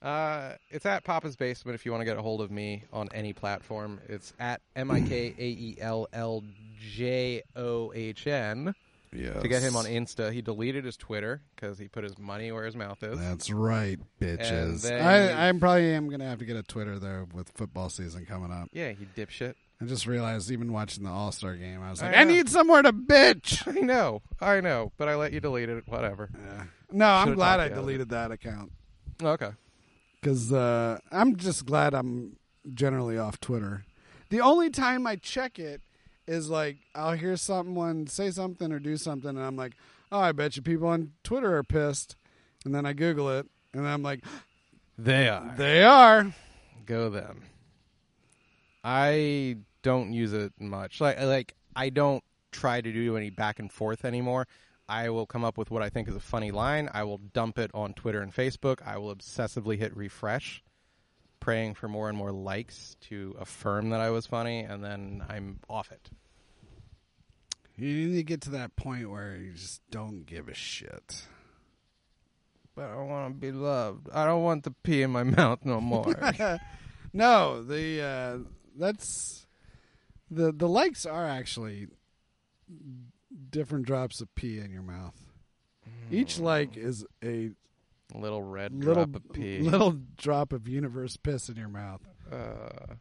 Speaker 1: Uh, it's at Papa's Basement if you want to get a hold of me on any platform. It's at M I K A E L L J O H N.
Speaker 2: Yeah.
Speaker 1: To get him on Insta, he deleted his Twitter because he put his money where his mouth is.
Speaker 2: That's right,
Speaker 1: And
Speaker 2: bitches.
Speaker 1: then
Speaker 2: I, I probably am gonna have to get a Twitter though with football season coming up.
Speaker 1: Yeah, you dipshit.
Speaker 2: I just realized even watching the All Star game, I was
Speaker 1: I
Speaker 2: like, I,
Speaker 1: know.
Speaker 2: need somewhere to bitch.
Speaker 1: I know, I know, but I let you delete it. Whatever.
Speaker 2: Yeah. No, I'm
Speaker 1: Should've
Speaker 2: glad
Speaker 1: talked you out of
Speaker 2: I
Speaker 1: it.
Speaker 2: deleted that account
Speaker 1: Okay.
Speaker 2: because uh, I'm just glad I'm generally off Twitter. The only time I check it is like I'll hear someone say something or do something, and I'm like, oh, I bet you people on Twitter are pissed. And then I Google it, and I'm like,
Speaker 1: They are.
Speaker 2: they are.
Speaker 1: go them. I don't use it much. Like like I don't try to do any back and forth anymore. I will come up with what I think is a funny line. I will dump it on Twitter and Facebook. I will obsessively hit refresh, praying for more and more likes to affirm that I was funny, and then I'm off it.
Speaker 2: You need to get to that point where you just don't give a shit.
Speaker 1: But I want to be loved. I don't want the pee in my mouth no more.
Speaker 2: No, the uh, that's the the likes are actually different drops of pee in your mouth. Each like is a
Speaker 1: little red
Speaker 2: little
Speaker 1: Hmm. drop of pee.
Speaker 2: little drop of universe piss in your mouth.
Speaker 1: Uh.